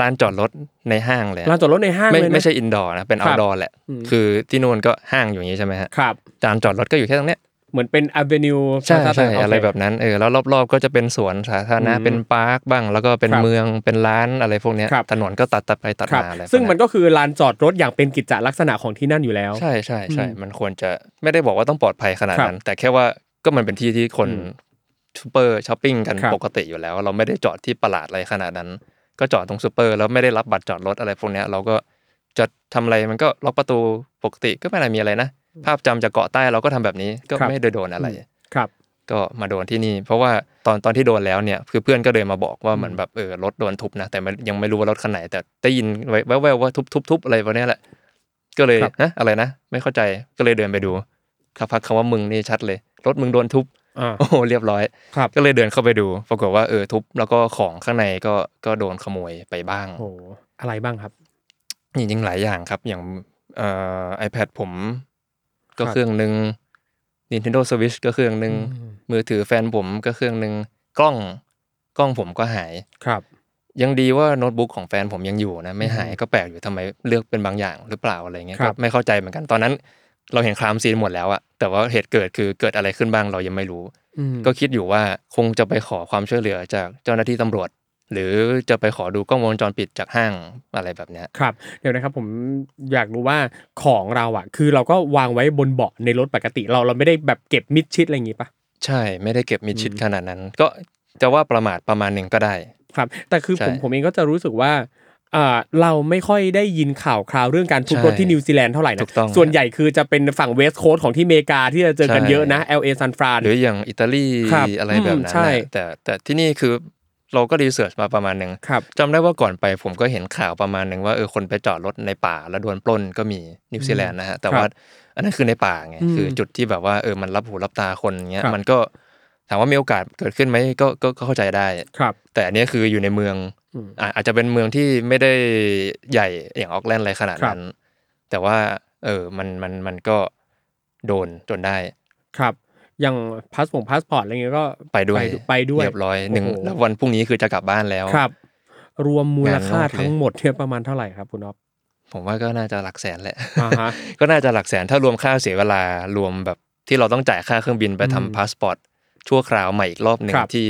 ร้านจอดรถในห้างเลยอะ ลานจอดรถในห้าง ไม่ เลยนะ ไม่ใช่อินดอร์นะ เป็น ครั เอา บ ดอร์แหละ อืม คือที่นู่นก็ห้างอยู่อย่างนี้ใช่ไหมฮะ ครับ จานจอดรถก็อยู่แค่ตรงเนี้ย เหมือนเป็น Avenue ใช่ Plaza ใช่ โเค อะไรแบบนั้นเออแล้วรอบๆก็จะเป็นสวนสาธารณะ อืม เป็นปาร์คบ้าง แล้วก็เป็น ครับ เมืองเป็นร้านอะไรพวกเนี้ย ครับ ถนนก็ตัดตัดไปตัด ครับ มาอะไร ซึ่งมัน ประาณ ก็คือลานจอดรถอย่างเป็นกิจจลักษณะของที่นั่นอยู่แล้ว ใช่ใช่ใช่มันควรจะไม่ได้บอกว่าต้องปลอดภัยขนาดนั้น แต่แค่ว่าก็มันเป็นที่ที่คนซูเปอร์ช้อปปิ้งกัน ครับ ปกติอยู่แล้ว เราไม่ได้จอดที่ประหลาดอะไรขนาดนั้น ก็จอดตรงซูเปอร์แล้วไม่ได้รับบัตรจอดรถอะไรพวกเนี้ยเราก็จะทำอะไรมันก็ล็อกประตูปกติก็ไม่ได้มีอะไรนะ ภาพจำจากเกาะใต้เราก็ทำแบบนี้ก็ไม่ได้โดนอะไร ครับ ก็มาโดนที่นี่ เพราะว่าตอนตอนที่โดนแล้วเนี่ยคือเพื่อนก็เดินมาบอกว่าเหมือนแบบเออรถโดนทุบนะ แต่มันยังไม่รู้ว่ารถคันไหน แต่ได้ยินไว้แว่วๆว่าทุบทุบทุบอะไรพวกเนี้ยแหละ ก็เลย ครับ นะอะไรนะ ไม่เข้าใจก็เลยเดินไปดูครับพักคำว่ามึงนี่ชัดเลย รถมึงโดนทุบ อ่า โอ้โหเรียบร้อย ครับ ก็เลยเดินเข้าไปดู ปรากฏว่าเออทุบแล้วก็ของข้างในก็ก็โดนขโมยไปบ้าง โอ้โหอะไรบ้างครับ จริงๆหลายอย่างครับ อย่างเอ่อ iPad ผมก็ ครับ เครื่องหนึ่ง Nintendo Switch ก็เครื่องหนึ่ง อืม มือถือแฟนผมก็เครื่องหนึ่งกล้องกล้องผมก็หาย ครับ ยังดีว่าโน้ตบุ๊กของแฟนผมยังอยู่นะ ไม่หายก็แปลกอยู่ทำไมเลือกเป็นบางอย่างหรือเปล่าอะไรเงี้ย ครั ก็ บ ไม่เข้าใจเหมือนกันตอนนั้น เราเห็นครามซีนหมดแล้วอะแต่ว่าเหตุเกิดคือเกิดอะไรขึ้นบ้างเรายังไม่รู้ ก็คิดอยู่ว่าคงจะไปขอความช่วยเหลือจากเจ้าหน้าที่ตำรวจ หรือจะไปขอดูกล้องวงจรปิดจากห้างอะไรแบบเนี้ย ครับ เดี๋ยวนะครับผมอยากรู้ว่าของเราอ่ะ คือเราก็วางไว้บนเบาะในรถปกติเราเราไม่ได้แบบเก็บมิดชิดอะไรอย่างงี้ปะ ใช่ไม่ได้เก็บมิดชิดขนาดนั้น ก็จะว่าประมาทประมาณหนึ่งก็ได้ ครับแต่คือ ใช่ ผมผมเองก็จะรู้สึกว่าเอ่อเราไม่ค่อยได้ยินข่าวคราวเรื่องการทุบรถ ใช่ ที่นิวซีแลนด์เท่าไหร่นะ ถูกต้อง ส่วนใหญ่คือจะเป็นฝั่งเวสต์โคสต์ของที่อเมริกาที่จะเจอกัน ใช่ เยอะนะ LA ซันฟราน หรืออย่างอิตาลี ครับ อะไรแบบนั้น อืมใช่ น่ะแต่แต่ที่นี่คือเราก็รีเสิร์ชมาประมาณหนึ่ง ครับ จำได้ว่าก่อนไปผมก็เห็นข่าวประมาณหนึ่งว่าเออคนไปจอดรถในป่าแล้วโดนปล้นก็มีนิวซีแลนด์นะฮะแต่ว่าอันนั้นคือในป่าไง อืม คือจุดที่แบบว่าเออมันรับหูรับตาคนอย่างเงี้ย ครับ มันก็ถามว่ามีโอกาสเกิดขึ้นไหมก็ก็ก็เข้าใจได้ ครับ แต่อันเนี้ยคืออยู่ในเมือง อืม อ่ะอาจจะเป็นเมืองที่ไม่ได้ใหญ่อย่างออกแลนด์อะไรขนาดนั้น แต่ว่า เออมันมันมันก็โดนจนได้ ครับอย่างพาสปงพาสปอร์ตอะไรเงี้ยก็ ไปด้วย ไปด้วย เรียบร้อยหนึ่ง โโ แล้ววันพรุ่งนี้คือจะกลับบ้านแล้ว ครับ รวมมูลค่าง านงอกเลย ทั้งหมดเนี่ยประมาณเท่าไหร่ครับคุณอ๊อฟ ผมว่าก็น่าจะหลักแสนแหละ อ่าฮะ ก็น่าจะหลักแสนถ้ารวมค่าเสียเวลารวมแบบที่เราต้องจ่ายค่าเครื่องบินไปทำพาสปอร์ตชั่วคราวใหม่อีกรอบหนึ่ง ครับ ที่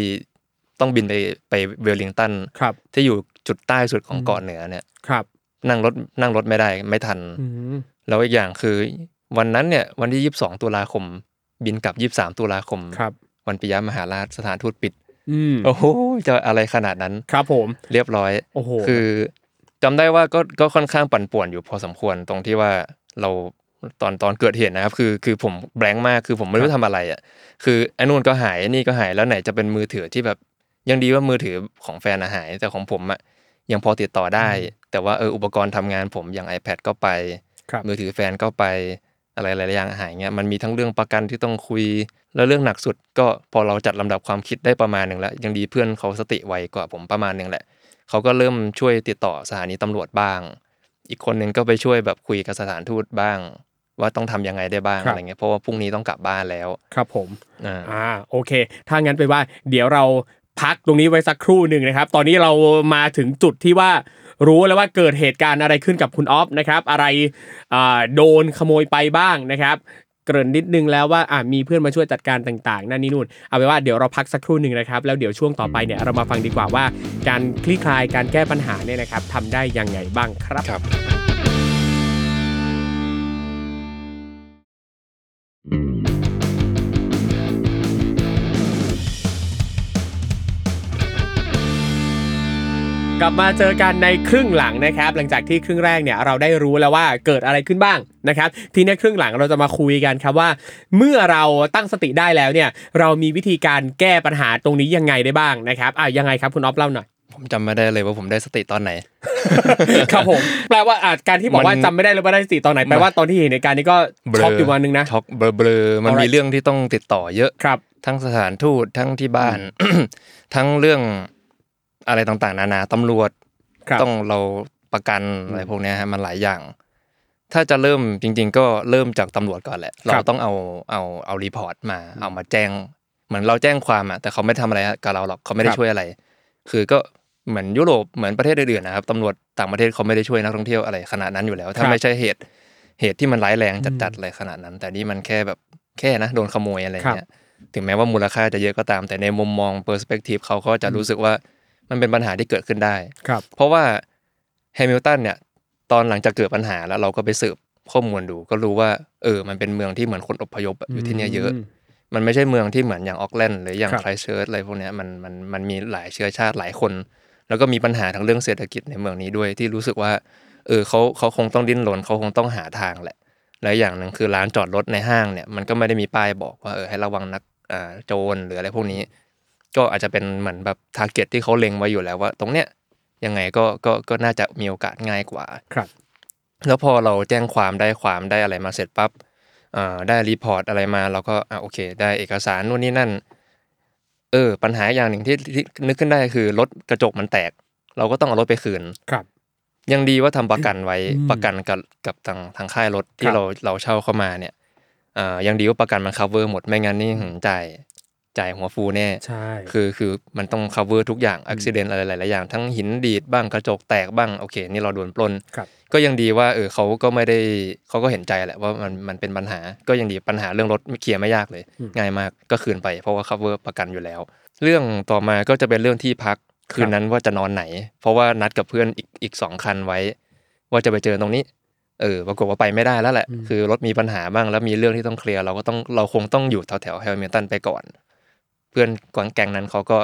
ต้องบินไปไปเวลลิงตัน ครับ ที่อยู่จุดใต้สุดของเกาะเหนือเนี่ย ครับ นั่งรถนั่งรถไม่ได้ไม่ทัน อืม แล้วอีกอย่างคือวันนั้นเนี่ยวันที่ 22 ตุลาคม บินกลับ 23 ตุลาคม ครับ วันปิยมหาราชสถานทูตปิด อืม โอ้โหจะอะไรขนาดนั้น ครับผม เรียบร้อย โอ้โห คือจำได้ว่าก็ก็ค่อนข้างปั่นป่วนอยู่พอสมควรตรงที่ว่าเราตอนตอนเกิดเหตุนะครับ คือคือผมแบงค์มากคือผมไม่รู้ทำอะไรอ่ะคือไอ้นู่นก็หายไอ้นี่ก็หายแล้วไหนจะเป็นมือถือที่แบบยังดีว่ามือถือของแฟนอะหาย แต่ของผมอ่ะยังพอติดต่อได้ แต่ว่าเอออุปกรณ์ทำงานผมอย่าง iPad ก็ไป ครับ มือถือแฟนก็ไปอะไรหลายๆอย่างหายเงี้ยมันมีทั้งเรื่องประกันที่ต้องคุย แล้วเรื่องหนักสุดก็พอเราจัดลำดับความคิดได้ประมาณหนึ่งแล้ว ยังดีเพื่อนเขาสติไวกว่าผมประมาณหนึ่งแหละ เขาก็เริ่มช่วยติดต่อสถานีตำรวจบ้าง อีกคนหนึ่งก็ไปช่วยแบบคุยกับสถานทูตบ้าง ว่าต้องทำยังไงได้บ้าง ครับ อะไรเงี้ยเพราะว่าพรุ่งนี้ต้องกลับบ้านแล้ว ครับผม อ่า อ่าโอเค ถ้างั้นไปนว่าเดี๋ยวเราพักตรงนี้ไว้สักครู่หนึ่งนะครับ ตอนนี้เรามาถึงจุดที่ว่ารู้แล้วว่าเกิดเหตุการณ์อะไรขึ้นกับคุณออฟนะครับอะไรอ่าโดนขโมยไปบ้างนะครับ เกริ่นนิดนึงแล้วว่าอ่ามีเพื่อนมาช่วยจัดการต่างๆนั่นนี่นู่นเอาไปนว่าเดี๋ยวเราพักสักครู่หนึ่งนะครับแล้วเดี๋ยวช่วงต่อไปเนี่ยเรามาฟังดีกว่าว่า การคลี่คลายการแก้ปัญหาเนี่ยนะครับทำได้ยังไงบ้างครับ ครับ กลับมาเจอกันในครึ่งหลังนะครับ หลังจากที่ครึ่งแรกเนี่ยเราได้รู้แล้วว่าเกิดอะไรขึ้นบ้างนะครับ ทีนี้ครึ่งหลังเราจะมาคุยกันครับว่า เมื่อเราตั้งสติได้แล้วเนี่ย เรามีวิธีการแก้ปัญหาตรงนี้ยังไงได้บ้างนะครับอ่ะยังไงครับคุณออฟเล่าหน่อย ผมจำไม่ได้เลยว่าผมได้สติตอนไหน ครับผมแปลว่าอาจการที่บอกว่า มัน จำไม่ได้หรือว่าได้สติตอนไหนแปลว่าตอนที่เห็นในการณ์นี้ก็ เบล ช็อกอยู่วันหนึงนะ ช็อกเบลอเบลอมัน Alright มีเรื่องที่ต้องติดต่อเยอะ ครับ ทั้งสถานทูตทั้งที่บ้าน ทั้งเรื่องอะไรต่างๆ นานาตำรวจ ครับ ต้องเราประกันอะไรพวกเนี้ยฮะมันหลายอย่าง ถ้าจะเริ่มจริง ๆ ก็เริ่มจากตำรวจก่อนแหละ ค เรา รับ ต้องเอาเอาเอารีพอร์ตมา เอามาแจ้ง เหมือนเราแจ้งความอะแต่เขาไม่ทำอะไรกับเราหรอกเขาไม่คได้รับ ช่วยอะไร คือก็เหมือนยุโรปเหมือนประเทศอื่นๆนะครับตำรวจต่างประเทศเขาไม่ได้ช่วยนักท่องเที่ยวอะไรขนาดนั้นอยู่แล้ว ถ้า ครับ ไม่ใช่เหตุเหตุที่มันร้ายแรงจัดๆอะไรขนาดนั้น แต่นี่มันแค่แบบแค่นะโดนขโมยอะไร ครับ เงี้ยถึงแม้ว่ามูลค่าจะเยอะก็ตาม แต่ในมุมมองเปอร์สเปกทีฟเขาก็จะรู้สึกว่ามันเป็นปัญหาที่เกิดขึ้นได้ ครับ เพราะว่าแฮมิลตันเนี่ยตอนหลังจากเกิดปัญหาแล้วเราก็ไปสืบข้อมูลดู ก็รู้ว่าเออมันเป็นเมืองที่เหมือนคนอพยพอะอยู่ที่เนี่ยเยอะ มันไม่ใช่เมืองที่เหมือนอย่างออกแลนด์หรืออย่าง ครับ ไครเชิร์ชอะไรพวกเนี้ยมันมันมันมีหลายเชื้อชาติหลายคน แล้วก็มีปัญหาทางเรื่องเศรษฐกิจในเมืองนี้ด้วยที่รู้สึกว่า เออเขาเขาคงต้องดิ้นรนเขาคงต้องหาทางแหละ และอย่างหนึ่งคือร้านจอดรถในห้างเนี่ยมันก็ไม่ได้มีป้ายบอกว่าเออให้ระวังนักอ่าโจรหรืออะไรพวกนี้ ก็อาจจะเป็นเหมือนแบบทาร์เก็ตที่เขาเล็งไว้อยู่แล้วว่า ตรงเนี้ยยังไงก็ก็ก็น่าจะมีโอกาสง่ายกว่า ครับ แล้วพอเราแจ้งความได้ความได้อะไรมาเสร็จปั๊บ เอ่อได้รีพอร์ตอะไรมาเราก็อ่ะโอเค ได้เอกสารนู่นนี่นั่น เออ ปัญหาอย่างหนึ่งที่ที่นึกขึ้นได้คือรถกระจกมันแตก เราก็ต้องเอารถไปคืน ครับ ยังดีว่าทำประกันไว้ อืม ประกันกับกับทางทางค่ายรถ ครั ที่ บ เราเราเช่าเข้ามาเนี่ยอ่ายังดีว่าประกันมัน cover หมดไม่งั้นนี่หืมจ่ายจ่ายหัวฟูแน่ ใช่ คือคือมันต้อง cover ทุกอย่างอุบิเหตุอะไรหลายๆอย่าง ทั้งหินดีดบ้างกระจกแตกบ้างโอเค นี่เราโดนปล้น ครับ ก็ยังดีว่าเออเขาก็ไม่ได้เขาก็เห็นใจแหละว่ามันมันเป็นปัญหา ก็ยังดีปัญหาเรื่องรถเคลียร์ไม่ยากเลย อืม ง่ายมากก็คืนไปเพราะว่า cover ประกันอยู่แล้ว เรื่องต่อมาก็จะเป็นเรื่องที่พักคืนนั้นว่าจะนอนไหน เพราะว่านัดกับเพื่อนอีกอีกสองคันไว้ ว่าจะไปเจอตรงนี้ เออปรากฏว่าไปไม่ได้แล้วแหละ อืม คือรถมีปัญหาบ้างแล้วมีเรื่องที่ต้องเคลียร์เราก็ต้องเราคงต้องอยู่แถวแถวแฮมิลตันไปก่อน เพื่อนกวางแกงนั้นเขาก็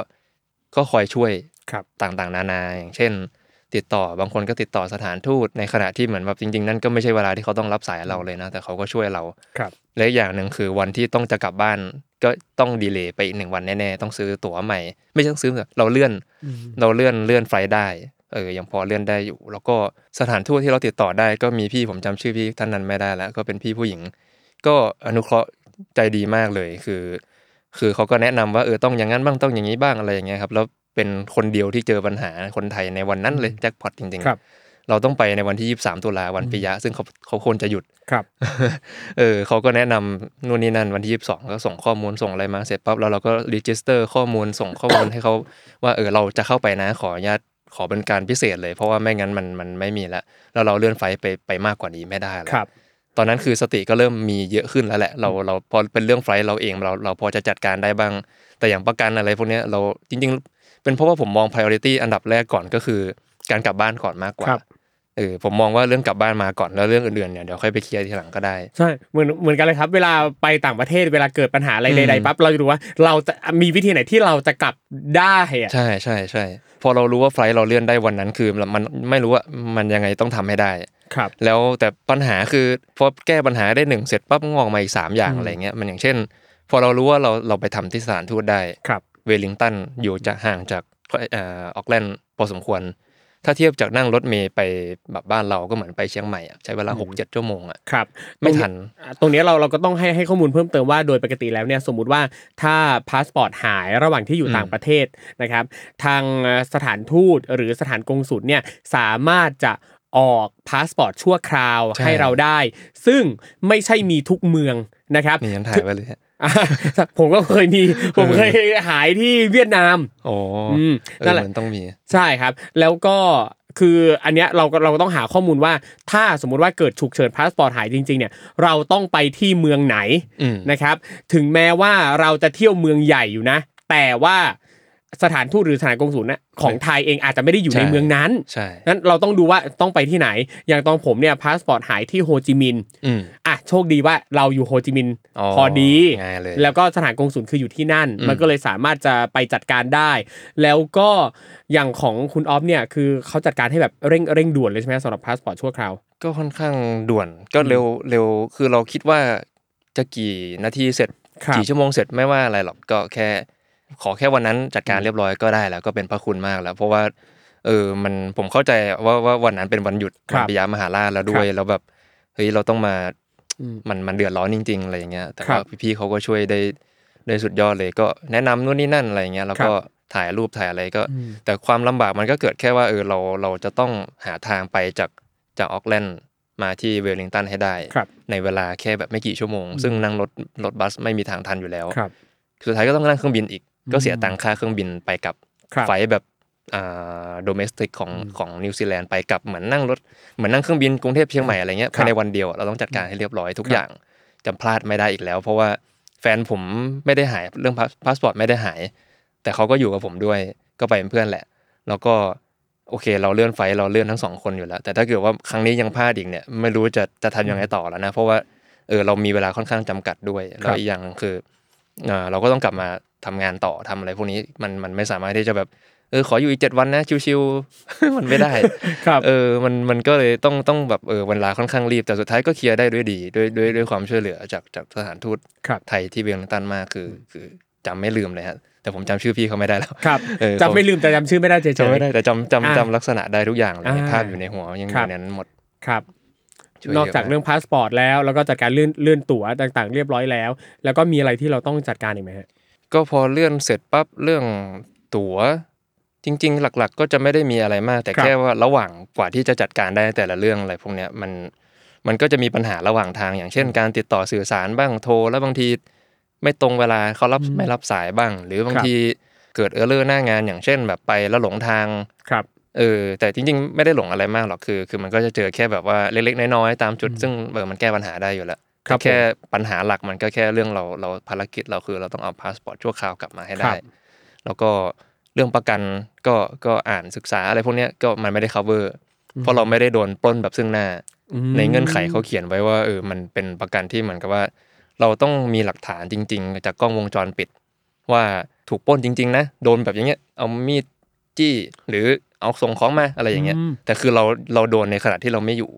ก็คอยช่วย ครับ ต่างๆ นานาอย่างเช่น ติดต่อบางคนก็ติดต่อสถานทูตในขณะที่เหมือนแบบจริงๆ นั่นก็ไม่ใช่เวลาที่เขาต้องรับสายเราเลยนะ แต่เขาก็ช่วยเรา ครับ และอีกอย่างหนึ่งคือวันที่ต้องจะกลับบ้านก็ต้องดีเลย์ไปอีกหนึ่งวันแน่ๆ ต้องซื้อตั๋วใหม่ ไม่ใช่ต้องซื้อตั๋วเราเลื่อน อืม เราเลื่อนเลื่อนไฟล์ได้เออยังพอเลื่อนได้อยู่ แล้วก็สถานทูตที่เราติดต่อได้ก็มีพี่ผมจำชื่อพี่ท่านนั้นไม่ได้แล้ว ก็เป็นพี่ผู้หญิง ก็อนุเคราะห์ใจดีมากเลยคือ คือเขาก็แนะนำว่าเออต้องอย่างนั้นบ้างต้องอย่างนี้บ้างอะไรอย่างเงี้ยครับแล้วเป็นคนเดียวที่เจอปัญหาคนไทยในวันนั้นเลยแจ็คพอตจริง ครับ ๆ เราต้องไปในวันที่ 23 ตุลาวันปิยะ ซึ่งเขาเขาควรจะหยุด ครับ เออเขาก็แนะนำนู่นนี่นั่นวันที่ 22 ก็ส่งข้อมูลส่งอะไรมาเสร็จปั๊บแล้วเราก็รีจิสเตอร์ข้อมูลส่งข้อมูล ให้เขาว่าเออเราจะเข้าไปนะขออนุญาตขอเป็นการพิเศษเลย เพราะว่าไม่งั้นมันมันไม่มีละแล้วเราเลื่อนไฟล์ไปไปมากกว่านี้ไม่ได้ละ ครับ ตอนนั้นคือสติก็เริ่มมีเยอะขึ้นแล้วแหละ เราเราพอเป็นเรื่องไฟล์เราเองเราเราพอจะจัดการได้บ้าง แต่อย่างประกันอะไรพวกเนี้ยเราจริง ๆ เป็นเพราะว่าผมมอง priority อันดับแรกก่อนก็คือการกลับบ้านก่อนมากกว่า ครับ เออผมมองว่าเรื่องกลับบ้านมาก่อนแล้วเรื่องอื่นๆเนี่ยเดี๋ยวค่อยไปเคลียร์ทีหลังก็ได้ ใช่เหมือนเหมือนกันเลยครับ เวลาไปต่างประเทศเวลาเกิดปัญหาอะไรใด อืม ๆปั๊บเราจะรู้ว่าเราจะมีวิธีไหนที่เราจะกลับได้อะ ใช่ใช่ใช่พอเรารู้ว่าไฟล์เราเลื่อนได้วันนั้นคือมันไม่รู้ว่ามันยังไงต้องทำให้ได้ ครับ แล้วแต่ปัญหาคือพอแก้ปัญหาได้หนึ่งเสร็จปั๊บงอกมาอีกสามอย่างอะไรเงี้ยมันอย่างเช่น พอเรารู้ว่าเราเราไปทำที่สถานทูตได้ ครับ เวลลิงตันอยู่จะห่างจากเอ่อออกแลนด์พอสมควร ถ้าเทียบจากนั่งรถเมล์ไปแบบบ้านเราก็เหมือนไปเชียงใหม่อะใช้เวลาหกเจ็ดชั่วโมงอ่ะ ครับ ไม่ทัน อ่ะตรงนี้เราเราก็ต้องให้ให้ข้อมูลเพิ่มเติมว่าโดยปกติแล้วเนี่ยสมมุติว่าถ้าพาสปอร์ตหายระหว่างที่อยู่ อืม ต่างประเทศนะครับ ทางเอ่อสถานทูตหรือสถานกงสุลเนี่ยสามารถจะออกพาสปอร์ตชั่วคราวให้เราได้ ซึ่งไม่ใช่มีทุกเมืองนะครับ นี่ฉันถ่ายไว้เลยฮะ อ่ะ ผมก็เคยมีผมเคยหายที่เวียดนาม โอ้ อืม เอ นั่ อน แหละ มันต้องมี ใช่ครับ แล้วก็คืออันเนี้ยเราก็เราก็ต้องหาข้อมูลว่า ถ้าสมมุติว่าเกิดฉุกเฉินพาสปอร์ตหายจริงๆเนี่ยเราต้องไปที่เมืองไหน อืม นะครับ ถึงแม้ว่าเราจะเที่ยวเมืองใหญ่อยู่นะ แต่ว่าสถานทูตหรือสถานกงสุลนะของไทยเองอาจจะไม่ได้อยู่ในเมืองนั้น ใช่ นั้นเราต้องดูว่าต้องไปที่ไหน อย่างตอนผมเนี่ยพาสปอร์ตหายที่โฮจิมินห์ อืม อ่ะโชคดีว่าเราอยู่โฮจิมินห์พอดี ง่ายเลย แล้วก็สถานกงสุลคืออยู่ที่นั่น อืม มันก็เลยสามารถจะไปจัดการได้ แล้วก็อย่างของคุณออฟเนี่ยคือเขาจัดการให้แบบเร่งเร่งด่วนเลยใช่ไหมสำหรับพาสปอร์ตชั่วคราว ก็ค่อนข้างด่วนก็เร็วเร็วคือเราคิดว่าจะกี่นาทีเสร็จ ครับ กี่ชั่วโมงเสร็จไม่ว่าอะไรหรอกก็แค่ ขอแค่วันนั้นจัดการเรียบร้อยก็ได้แล้วก็เป็นพระคุณมากแล้ว เพราะว่าเออมันผมเข้าใจว่าว่าวันนั้นเป็นวันหยุด ครับ วันปิยามหาราชแล้วด้วยแล้วแบบเฮ้ยเราต้องมา อืม มันมันเดือดร้อนจริง ๆ อะไรอย่างเงี้ยแต่ ครั ว่า บ พี่ๆเขาก็ช่วยได้ได้สุดยอดเลยก็แนะนำนู่นนี่นั่นอะไรอย่างเงี้ยแล้วก็ถ่ายรูปถ่ายอะไรก็ อืม แต่ความลำบากมันก็เกิดแค่ว่าเออเราเราจะต้องหาทางไปจากจากออกแลนด์มาที่เวลลิงตันให้ได้ ครับ ในเวลาแค่แบบไม่กี่ชั่วโมง ซึ่งนั่งรถรถบัสไม่มีทางทันอยู่แล้ว ครับ สุดท้ายก็ต้องนั่งเครื่องบินอีก ก็เสียตังค่าเครื่องบินไปกลับ ครับ ไฟล์แบบอ่าโดเมสติกของของนิวซีแลนด์ไปกลับเหมือนนั่งรถเหมือนนั่งเครื่องบินกรุงเทพเชียงใหม่อะไรเงี้คยรับ ภายในวันเดียวอะเราต้องจัดการให้เรียบร้อยทุกอย่างจำพลาดไม่ได้อีกแล้ว เพราะว่าแฟนผมไม่ได้หายเรื่องพาสปอร์ตไม่ได้หาย แต่เขาก็อยู่กับผมด้วยก็ไปเป็นเพื่อนแหละ แล้วก็โอเค เราเลื่อนไฟล์เราเลื่อนทั้งสองคนอยู่แล้ว แต่ถ้าเกิดว่าครั้งนี้ยังพลาดอีกเนี่ยไม่รู้จะจะทำยังไงต่อแล้วนะ เพราะว่าเออเรามีเวลาค่อนข้างจำกัดด้วยแล้วอีกอย่างคือ เอ่อเราก็ต้องกลับมาทำงานต่อทำอะไรพวกนี้มันมันไม่สามารถที่จะแบบเออขออยู่อีกเจ็ดวันนะชิวๆ มันไม่ได้ ครับ เออมันมันก็เลยต้องต้องแบบเออเวลาค่อนข้างรีบแต่สุดท้ายก็เคลียร์ได้ด้วยดีด้วยด้วยด้วยความช่วยเหลือจากจากสถานทูต ครับ ไทยที่เวียงตันมากคือคือจำไม่ลืมเลยฮะแต่ผมจำชื่อพี่เขาไม่ได้แล้ว ครับ เออ จำไม่ลืมแต่จำชื่อไม่ได้เฉย จำไม่ได้แต่จำ อ่า จำจำลักษณะได้ทุกอย่างเลย อ่า ภาพอยู่ในหัวยังอ ครับยู่ในนั้นหมด ๆครับ ช่วยเย นอ อะ กจากเรื่องพาสปอร์ตแล้ว แล้วก็จัดการเลื่อนเลื่อนตั๋วต่างๆ เรียบร้อยแล้ว แล้วก็มีอะไรที่เราต้องจัดการอีกไหมฮะ ก็พอเลื่อนเสร็จปั๊บเรื่องตั๋ว จริง ๆ หลักๆ ก็จะไม่ได้มีอะไรมาก แต่แค่ว่าระหว่างกว่าที่จะจัดการได้แต่ละเรื่องอะไรพวกเนี้ยมันมันก็จะมีปัญหาระหว่างทาง อย่างเช่น การติดต่อสื่อสารบ้างโทร แล้วบางทีไม่ตรงเวลาเขารับไม่รับสายบ้าง หรือบางทีเกิดเออร์เลอร์หน้างาน อย่างเช่น แบบไปแล้วหลงทาง ครับ เออแต่จริงๆ ไม่ได้หลงอะไรมากหรอกคือ คือมันก็จะเจอแค่แบบว่าเล็กๆ น้อยๆ ตามจุดซึ่งเออมันแก้ปัญหาได้อยู่แล้ว ครับ แค่ปัญหาหลักมันก็แค่เรื่องเราเราภารกิจเราคือเราต้องเอาพาสปอร์ตชั่วคราวกลับมาให้ ครั ได้ บ แล้วก็เรื่องประกันก็ก็อ่านศึกษาอะไรพวกเนี้ยก็มันไม่ได้ cover เพราะเราไม่ได้โดนปล้นแบบซึ่งหน้า ในเงื่อนไขเขาเขียนไว้ว่าเออมันเป็นประกันที่เหมือนกับว่า เราต้องมีหลักฐานจริง ๆ จากกล้องวงจรปิด ว่าถูกปล้นจริง ๆ นะ โดนแบบอย่างเงี้ยเอามีดจี้หรือเอาส่งของมาอะไรอย่างเงี้ย อืม แต่คือเราเราโดนในขณะที่เราไม่อยู่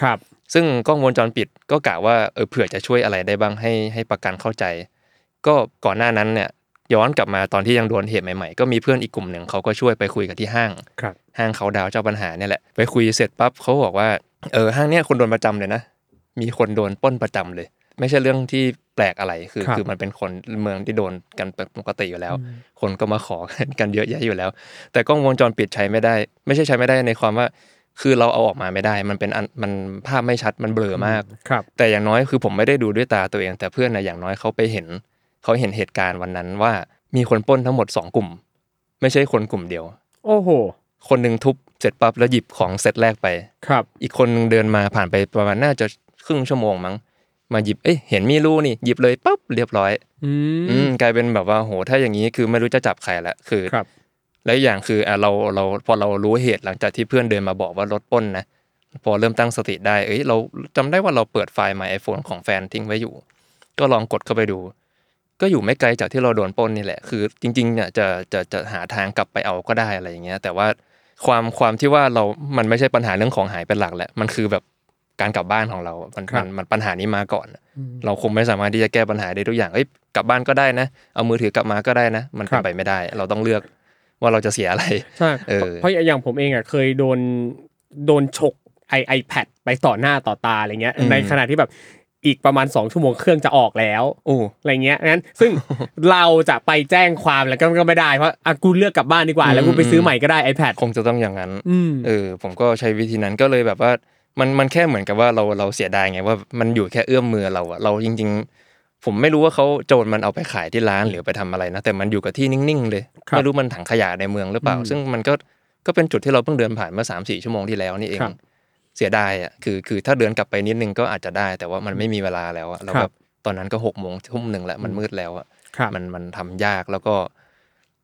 ครับ ซึ่งกล้องวงจรปิดก็กะว่าเออเผื่อจะช่วยอะไรได้บ้างให้ให้ประกันเข้าใจ ก็ก่อนหน้านั้นเนี่ยย้อนกลับมาตอนที่ยังโดนเหตุใหม่ๆ ก็มีเพื่อนอีกกลุ่มหนึ่งเขาก็ช่วยไปคุยกับที่ห้าง ครับ ห้างเขาดาวเจ้าปัญหาเนี่ยแหละไปคุยเสร็จปั๊บเขาบอกว่าเออห้างเนี่ยคนโดนประจำเลยนะ มีคนโดนปล้นประจำเลย ไม่ใช่เรื่องที่แปลกอะไรคือ ครับ คือมันเป็นคนเมืองที่โดนกันเป็นปกติอยู่แล้ว คนก็มาขอกันกันเยอะแยะอยู่แล้ว แต่กล้องวงจรปิดใช้ไม่ได้ ไม่ใช่ใช้ไม่ได้ในความว่า คือเราเอาออกมาไม่ได้ มันเป็นอันมันภาพไม่ชัดมันเบลอมาก ครับ แต่อย่างน้อยคือผมไม่ได้ดูด้วยตาตัวเอง แต่เพื่อนนะอย่างน้อยเขาไปเห็นเขาเห็นเหตุการณ์วันนั้นว่ามีคนปล้นทั้งหมดสองกลุ่ม ไม่ใช่คนกลุ่มเดียว โอ้โห คนหนึ่งทุบเสร็จปั๊บแล้วหยิบของเซตแรกไป ครับ อีกคนหนึ่งเดินมาผ่านไปประมาณน่าจะครึ่งชั่วโมงมั้งมาหยิบเอ้ยเห็นมีรูนี่หยิบเลยปั๊บเรียบร้อย อืม อืมกลายเป็นแบบว่าโหถ้าอย่างนี้คือไม่รู้จะจับใครละคือ ครับ และอีกอย่างคืออ่ะเราเราพอเรารู้เหตุหลังจากที่เพื่อนเดินมาบอกว่ารถปล้นนะพอเริ่มตั้งสติได้เอ้ยเราจำได้ว่าเราเปิดไฟล์ My iPhone ของแฟนทิ้งไว้อยู่ ก็ลองกดเข้าไปดู ก็อยู่ไม่ไกลจากที่เราโดนปล้นนี่แหละ คือ จริงๆเนี่ยจะจะจะหาทางกลับไปเอาก็ได้อะไรอย่างเงี้ย แต่ว่าความความที่ว่าเรา มันไม่ใช่ปัญหาเรื่องของหายเป็นหลักแหละ มันคือแบบการกลับบ้านของเรามัน ครับ มันมันปัญหานี้มาก่อน เราคงไม่สามารถที่จะแก้ปัญหาได้ทุกอย่างเอ้ยกลับบ้านก็ได้นะ เอามือถือกลับมาก็ได้นะ มันเป็นไปไม่ได้ เราต้องเลือกว่าเราจะเสียอะไร ใช่ เออ เพราะเพราะอย่างผมเองอ่ะเคยโดนโดนฉกไอไอแพดไปต่อหน้าต่อตาอะไรเงี้ย ในขณะที่แบบอีกประมาณ 2 ชั่วโมงเครื่องจะออกแล้ว โอ้ อะไรเงี้ยงั้น ซึ่ง เราจะไปแจ้งความแล้วก็ก็ไม่ได้ เพราะอ่ะกูเลือกกลับบ้านดีกว่า แล้วกูไปซื้อใหม่ก็ได้ iPad คงจะต้องอย่างนั้น อืม เออผมก็ใช้วิธีนั้นก็เลยแบบว่ามันมันแค่เหมือนกับว่าเราเราเสียดายไงว่ามันอยู่แค่เอื้อมมือเราอะเราจริง ๆ ผมไม่รู้ว่าเขาโจรมันเอาไปขายที่ร้านหรือไปทำอะไรนะแต่มันอยู่กับที่นิ่งๆเลย ครับ ไม่รู้มันถังขยะในเมืองหรือเปล่า ซึ่งมันก็ก็เป็นจุดที่เราเพิ่งเดินผ่านเมื่อสามสี่ชั่วโมงที่แล้วนี่เอง ครับ เสียดายอะคือคือถ้าเดินกลับไปนิดนึงก็อาจจะได้ แต่ว่ามันไม่มีเวลาแล้วอะแล้ว ครั แบบ บตอนนั้นก็หกโมงทุ่มหนึ่งแล้วมันมืดแล้วอะ ครับ มันมันทำยากแล้วก็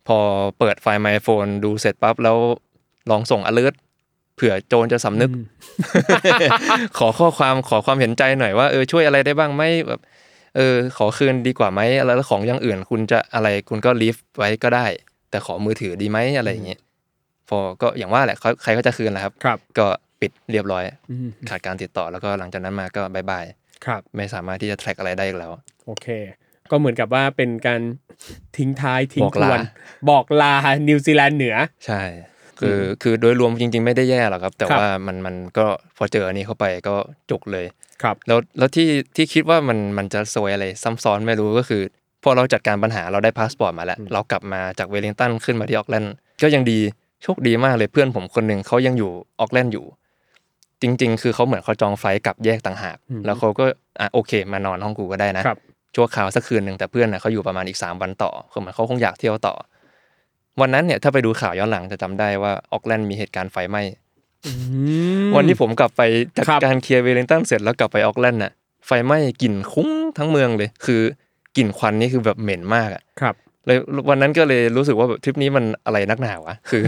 พอเปิดไฟล์ My iPhone ดูเสร็จปั๊บแล้วลองส่ง alert เผื่อโจรจะสำนึก ขอข้อความขอความเห็นใจหน่อยว่าเออช่วยอะไรได้บ้างไหมแบบเออขอคืนดีกว่าไหมแล้วแล้วของอย่างอื่น คุณจะอะไรคุณก็ลีฟไว้ก็ได้ แต่ขอมือถือดีไหมอะไรอย่างเงี้ยพอก็อย่างว่าแหละเขาใครก็จะคืนแหละครับ ครับ ก็ปิดเรียบร้อย อืม ขาดการติดต่อแล้วก็หลังจากนั้นมาก็บายบาย ครับ ไม่สามารถที่จะแทร็กอะไรได้อีกแล้ว โอเค ก็เหมือนกับว่าเป็นการทิ้งท้ายทิ้ง บอก ท ลา วน บอกลา นิวซีแลนด์เหนือ ใช่ คืออคือโดยรวมจริง ๆ ไม่ได้แย่หรอกครับ แต่ ครับ ว่ามันมันก็พอเจออันนี้เข้าไปก็จุกเลย ครับ แล้วแล้วที่ที่คิดว่ามันมันจะซวยอะไรซ้ำซ้อนไม่รู้ก็คือ พอเราจัดการปัญหาเราได้พาสปอร์ตมาแล้ว เรากลับมาจากเวลลิงตันขึ้นมาที่ออกแลนด์ก็ยังดีโชคดีมากเลยเพื่อนผมคนหนึ่งเขายังอยู่ออกแลนด์อยู่ จริง ๆ คือเขาเหมือนเขาจองไฟล์กลับแยกต่างหาก แล้วเขาก็อ่ะโอเค มานอนห้องกูก็ได้นะครับ ชั่วคราวสักคืนหนึ่งแต่เพื่อนน่ะเขาอยู่ประมาณอีกสามวันต่อคือเหมือนเขาคงอยากเที่ยวต่อ วันนั้นเนี่ยถ้าไปดูข่าวย้อนหลังจะจำได้ว่าออกแลนด์มีเหตุการณ์ไฟไหม้ วันที่ผมกลับไปจัด ครับ การเคลียร์เวลลิงตันเสร็จแล้วกลับไปออกแลนด์น่ะไฟไหม้กลิ่นคุ้งทั้งเมืองเลย คือกลิ่นควันนี่คือแบบเหม็นมากอะ ครับ เลยวันนั้นก็เลยรู้สึกว่าแบบทริปนี้มันอะไรนักหนาวะคือ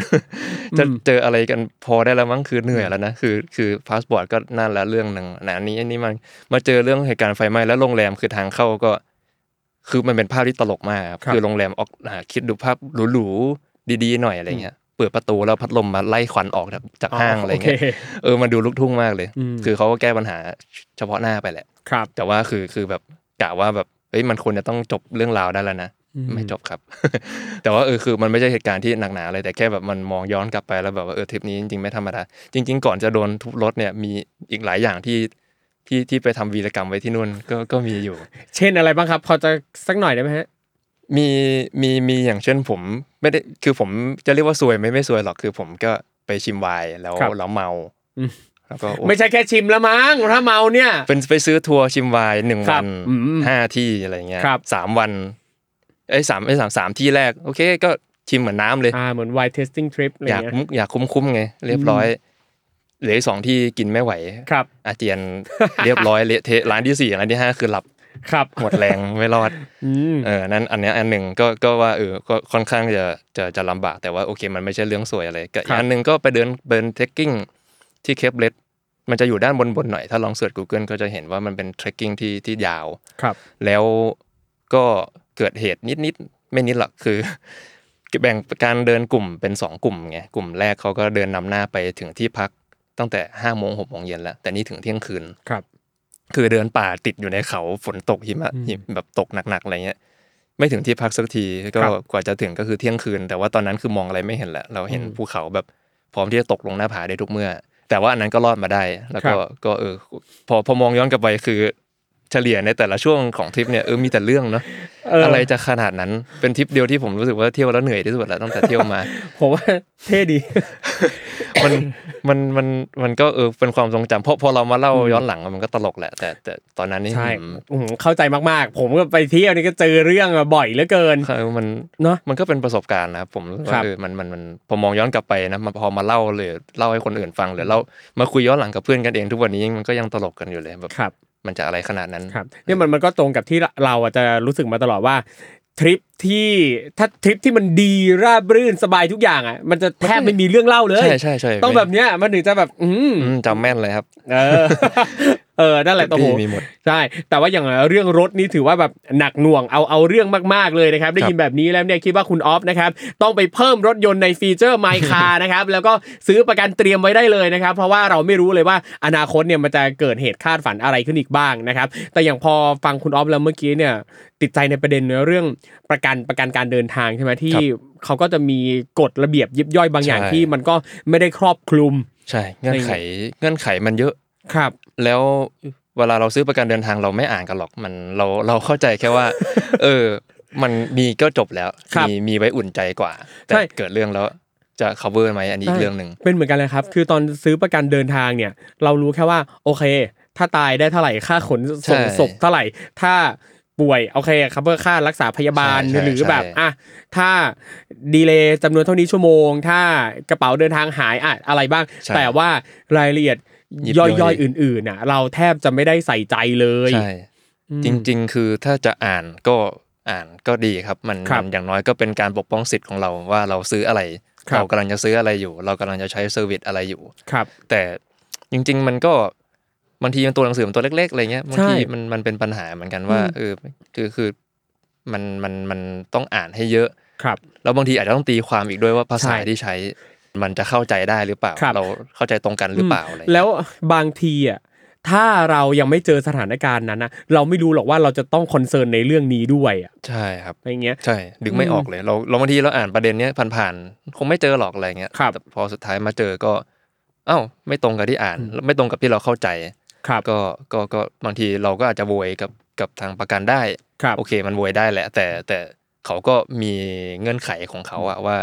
จะเจออะไรกันพอได้แล้วมั้งคือเหนื่อยแล้วนะคือคือพาสปอร์ตก็นั่นละเรื่องหนึ่งนะอันนี้อันนี้มันมาเจอเรื่องเหตุการณ์ไฟไหม้แล้วโรงแรมคือทางเข้าก็ คือมันเป็นภาพที่ตลกมากครับ ครับ คือโรงแรมออกอ่าคิดดูภาพหรูๆดีๆหน่อยอะไรเงี้ยเปิดประตูแล้วพัดลมมาไล่ควันออกจากจากห้างอะไรเงี้ย โค เออ มันดูลุกทุ่งมากเลย อืม คือเขาก็แก้ปัญหาเฉพาะหน้าไปแหละ ครับ แต่ว่าคือคือแบบกะว่าแบบเอ้ยมันควรจะต้องจบเรื่องราวได้แล้วนะ ไม่จบ ครับ แต่ว่าเออคือมันไม่ใช่เหตุการณ์ที่หนักหนาอะไรแต่แค่แบบมันมองย้อนกลับไปแล้วแบบว่าเออทริปนี้จริงๆไม่ธรรมดา จริง ๆ ก่อนจะโดนทุบรถเนี่ยมีอีกหลายอย่างที่ ที่ที่ไปทำวีรกรรมไว้ที่นู่นก็ก็มีอยู่ เช่นอะไรบ้างครับ พอจะสักหน่อยได้ไหมฮะ มีมีมีอย่างเช่นผมไม่ได้คือผมจะเรียกว่าซวยไหม่ไม่ซวยหรอกคือผมก็ไปชิมไวน์แล้ว ครับ แล้วเมา อืม แล้วก็โอ้ ไม่ใช่แค่ชิมละมั้งถ้าเมาเนี่ย เป็นไปซื้อทัวร์ชิมไวน์หนึ่ง ครั วั บ น อืม ห้าที่อะไรเงี้ย ครับ สามวันไอ้ยสามไอ้ยสามสามที่แรกโอเคก็ชิมเหมือนน้ำเลย อ่าเหมือนไวน์เทสติ้งทริปอะไร อยาก เงี้ย คุ้มอยากคุ้มคุ้มๆไงเรียบร้อยเหลืออีกสองที่กินไม่ไหว ครับ อาเจียน เรียบ ร้อยเละเทะร้านที่สี่ร้านที่ห้าคือหลับ ครับ หมดแรง ไม่รอด อืม เออนั่นอันเนี้ยอันหนึ่งก็ก็ว่าเออก็ค่อนข้างจะจะจะลำบากแต่ว่าโอเคมันไม่ใช่เรื่องสวยอะไรก็คอีรั ก บ อันหนึ่งก็ไปเดินเดินเทคกิ้งที่เคปเลตมันจะอยู่ด้านบนบนๆหน่อยถ้าลองเสิร์ช Google ก็จะเห็นว่ามันเป็นเทคกิ้งที่ที่ยาว ครับ แล้วก็เกิดเหตุนิดนิดๆไม่นิดหรอกคือ แบ่งการเดินกลุ่มเป็นสองกลุ่มไงกลุ่มแรกเขาก็เดินนำหน้าไปถึงที่พักตั้งแต่ห้าโมงหกโมงเย็นแล้วแต่นี่ถึงเที่ยงคืน ครับ คือเดินป่าติดอยู่ในเขาฝนตกหิมะ อืม หิมแบบตกหนักๆอะไรเงี้ยไม่ถึงที่พักสักทีก็ ครับ กว่าจะถึงก็คือเที่ยงคืน แต่ว่าตอนนั้นคือมองอะไรไม่เห็นแหละ เราเห็น อืม ภูเขาแบบพร้อมที่จะตกลงหน้าผาได้ทุกเมื่อ แต่ว่าอันนั้นก็รอดมาได้ แล้วคก็รับ ก็เออพอพอมองย้อนกลับไปคือเฉลี่ยในแต่ละช่วงของทริปเนี่ยเออมีแต่เรื่องเนาะ เอออ อะไรจะขนาดนั้นเป็นทริปเดียวที่ผมรู้สึกว่าเที่ยวแล้วเหนื่อยที่สุดแล้วตั้งแต่เที่ยวมา ผมว่าเท่ดี มัน มันมันมันก็เออเป็นความทรงจำเพราะพอเรามาเล่าย้อนหลังมันก็ตลกแหละ แต่แต่ตอนนั้นนี่ ใช่ อืม อืมเข้าใจมากๆ ผมก็ไปเที่ยวนี่ก็เจอเรื่องอะบ่อยเหลือเกิน เออมัน เนอะ มันก็เป็นประสบการณ์นะครับผมรู้สึก ครั ว่า บ เออมันมันมันพอมองย้อนกลับไปนะมาพอมาเล่าเลยเล่าให้คนอื่นฟังหรือเล่ามาคุยย้อนหลังกับเพื่อนกันเองทุกวันนี้มันก็ยังตลกกันอยู่เลยแบบ ครับ มันจะอะไรขนาดนั้น ครับเนี่ยมันมันก็ตรงกับที่เราเราอาจจะรู้สึกมาตลอดว่าทริปที่ถ้าทริปที่มันดีราบรื่นสบายทุกอย่างอ่ะมันจะแทบไม่มีเรื่องเล่าเลย ใช่ใช่ใช่ ต้องแบบเนี้ยมันถึงจะแบบ อืม อืมจำแม่นเลยครับ เออ เออนั่นแหละตัว พี่ ผม มีหมด ใช่ แต่ว่าอย่างเรื่องรถนี่ถือว่าแบบหนักหน่วงเอาเอาเรื่องมากๆเลยนะครับ ได้ยินแบบนี้แล้วเนี่ยคิดว่าคุณออฟนะครับ ต้องไปเพิ่มรถยนต์ในฟีเจอร์ My Car นะครับ แล้วก็ซื้อประกันเตรียมไว้ได้เลยนะครับ เพราะว่าเราไม่รู้เลยว่าอนาคตเนี่ยมันจะเกิดเหตุคาดฝันอะไรขึ้นอีกบ้างนะครับ แต่อย่างพอฟังคุณออฟแล้วเมื่อกี้เนี่ยติดใจในประเด็นเรื่องประกันประกันการเดินทางใช่ไหมที่ ครับ เขาก็จะมีกฎระเบียบยิบย่อยบางอย่าง ใช่ ที่มันก็ไม่ได้ครอบคลุม ใช่เงื่อนไขเงื่อนไขมันเยอะ ครับ แล้วเวลาเราซื้อประกันเดินทางเราไม่อ่านกันหรอกมันเราเราเข้าใจแค่ ว่า เออ มันมีก็จบแล้ว ครับ มีมีไว้อุ่นใจกว่า แต่ ใช่ เกิดเรื่องแล้วจะ cover ไหมอันนี้อีกเรื่องหนึ่ง เป็นเหมือนกันเลยครับ คือตอนซื้อประกันเดินทางเนี่ย เรารู้แค่ว่าโอเค ถ้าตายได้เท่าไหร่ค่าขนส่ง ใช่ ศพเท่าไหร่ ถ้าป่วยโอเคครับเพื่อค่ารักษาพยาบาล ใช่ใช่ หรือแบบ ใช่ อ่ะถ้าดีเลย์จำนวนเท่านี้ชั่วโมง ถ้ากระเป๋าเดินทางหายอ่ะอะไรบ้าง ใช่ แต่ว่ารายละเอียด ยิบย่ ย่ ออยยๆอื่นๆน่ะเราแทบจะไม่ได้ใส่ใจเลย ใช่ จริงๆ คือถ้าจะอ่านก็อ่านก็ดีครับมัน ครับ มันอย่างน้อยก็เป็นการปกป้องสิทธิ์ของเราว่าเราซื้ออะไร ครับ เรากำลังจะซื้ออะไรอยู่ เรากำลังจะใช้เซอร์วิสอะไรอยู่ ครับ แต่จริง ๆ มันก็บางทีมันตัวหนังสือมันตัวเล็ก ๆอะไรเงี้ยบางที ใช่ มันมันเป็นปัญหาเหมือนกันว่า อืม เออคือคือมันมันมันต้องอ่านให้เยอะ ครับ แล้วบางทีอาจจะต้องตีความอีกด้วยว่าภาษา ใช่ ที่ใช้ มันจะเข้าใจได้หรือเปล่า ครับ เราเข้าใจตรงกันหรือเปล่าอะไรเงี้ย แล้วบางทีอ่ะถ้าเรายังไม่เจอสถานการณ์นั้นนะเราไม่รู้หรอกว่าเราจะต้องคอนเซิร์นในเรื่องนี้ด้วยอะ ใช่ครับ อะไรเงี้ย ใช่ดึงไม่ออกเลยเราเราบางทีเราอ่านประเด็นเนี้ยผ่านๆคงไม่เจอหรอกอะไรเงี้ย ครับ แต่พอสุดท้ายมาเจอก็ เอ้าไม่ตรงกับที่อ่านแล้วไม่ตรงกับที่เราเข้าใจ ครับ ก็ก็ก็บางทีเราก็อาจจะโวยกับกับทางประกันได้ ครับ โอเคมันโวยได้แหละ แต่แต่เขาก็มีเงื่อนไขของเขาอะว่า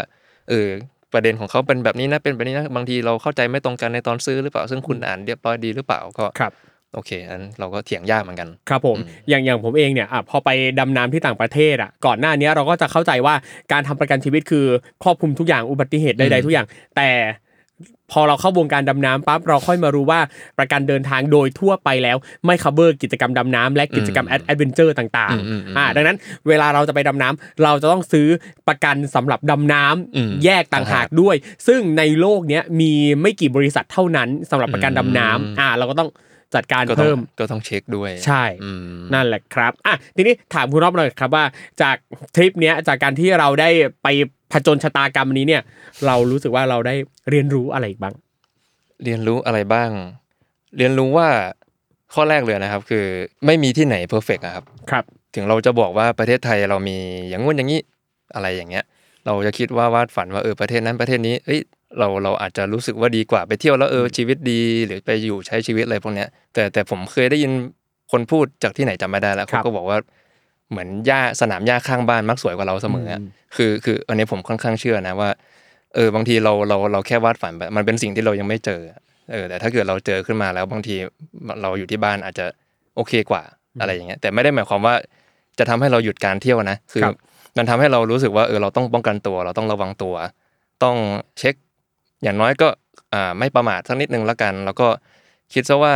เออประเด็นของเขาเป็นแบบนี้นะเป็นแบบนี้นะบางทีเราเข้าใจไม่ตรงกันในตอนซื้อหรือเปล่าซึ่งคุณอ่านเรียบร้อยดีหรือเปล่าก็ ครับ โอเคอันเราก็เถียงยากเหมือนกัน ครับผมอย่างอย่างผมเองเนี่ยอ่ะพอไปดำน้ำที่ต่างประเทศอ่ะก่อนหน้าเนี้ยเราก็จะเข้าใจว่าการทำประกันชีวิตคือครอบคลุมทุกอย่างอุบัติเหตุใด อืม ๆทุกอย่าง แต่พอเราเข้าวงการดำน้ำปั๊บเราค่อยมารู้ว่าประกันเดินทางโดยทั่วไปแล้วไม่ cover กิจกรรมดำน้ำและกิจกรรมแอดเวนเจอร์ต่างๆอ่าดังนั้นเวลาเราจะไปดำน้ำเราจะต้องซื้อประกันสำหรับดำน้ำแยกต่างหาก ด้วยซึ่งในโลกเนี้ยมีไม่กี่บริษัทเท่านั้นสำหรับประกันดำน้ำอ่า เราก็ต้องจัดการ ก็ต้อง เพิ่ม ก็ต้องเช็คด้วย ใช่ อืม นั่นแหละครับอ่ะทีนี้ถามคุณรอบหน่อยครับว่า จากทริปเนี้ยจากการที่เราได้ไปผจญชะตากรรมนี้เนี่ย เรารู้สึกว่าเราได้เรียนรู้อะไรอีกบ้าง เรียนรู้อะไรบ้าง เรียนรู้ว่าข้อแรกเลยนะครับ คือไม่มีที่ไหนเพอร์เฟกต์ครับ ครับ ถึงเราจะบอกว่าประเทศไทยเรามีอย่างงู้นอย่างนี้อะไรอย่างเงี้ย เราจะคิดว่าวาดฝันว่าเออประเทศนั้นประเทศนี้เอ้ย เราเราอาจจะรู้สึกว่าดีกว่าไปเที่ยวแล้วเออชีวิตดีหรือไปอยู่ใช้ชีวิตอะไรพวกเนี้ยแต่แต่ผมเคยได้ยินคนพูดจากที่ไหนจำไม่ได้แล้ว ครับเขาก็บอกว่าเหมือนหญ้าสนามหญ้าข้างบ้านมักสวยกว่าเราเสมออะคือคืออันนี้ผมค่อนข้างเชื่อนะว่าเออบางทีเราเราเราแค่วาดฝันไปมันเป็นสิ่งที่เรายังไม่เจอเออแต่ถ้าเกิดเราเจอขึ้นมาแล้วบางทีเราอยู่ที่บ้านอาจจะโอเคกว่าอะไรอย่างเงี้ยแต่ไม่ได้หมายความว่า จะทำให้เราหยุดการเที่ยวนะ คือ ครับ มันทำให้เรารู้สึกว่าเออเราต้องป้องกันตัว เราต้องระวังตัว ต้องเช็ค อย่างน้อยก็อ่าไม่ประมาทสักนิดนึงละกัน แล้วก็คิดซะว่า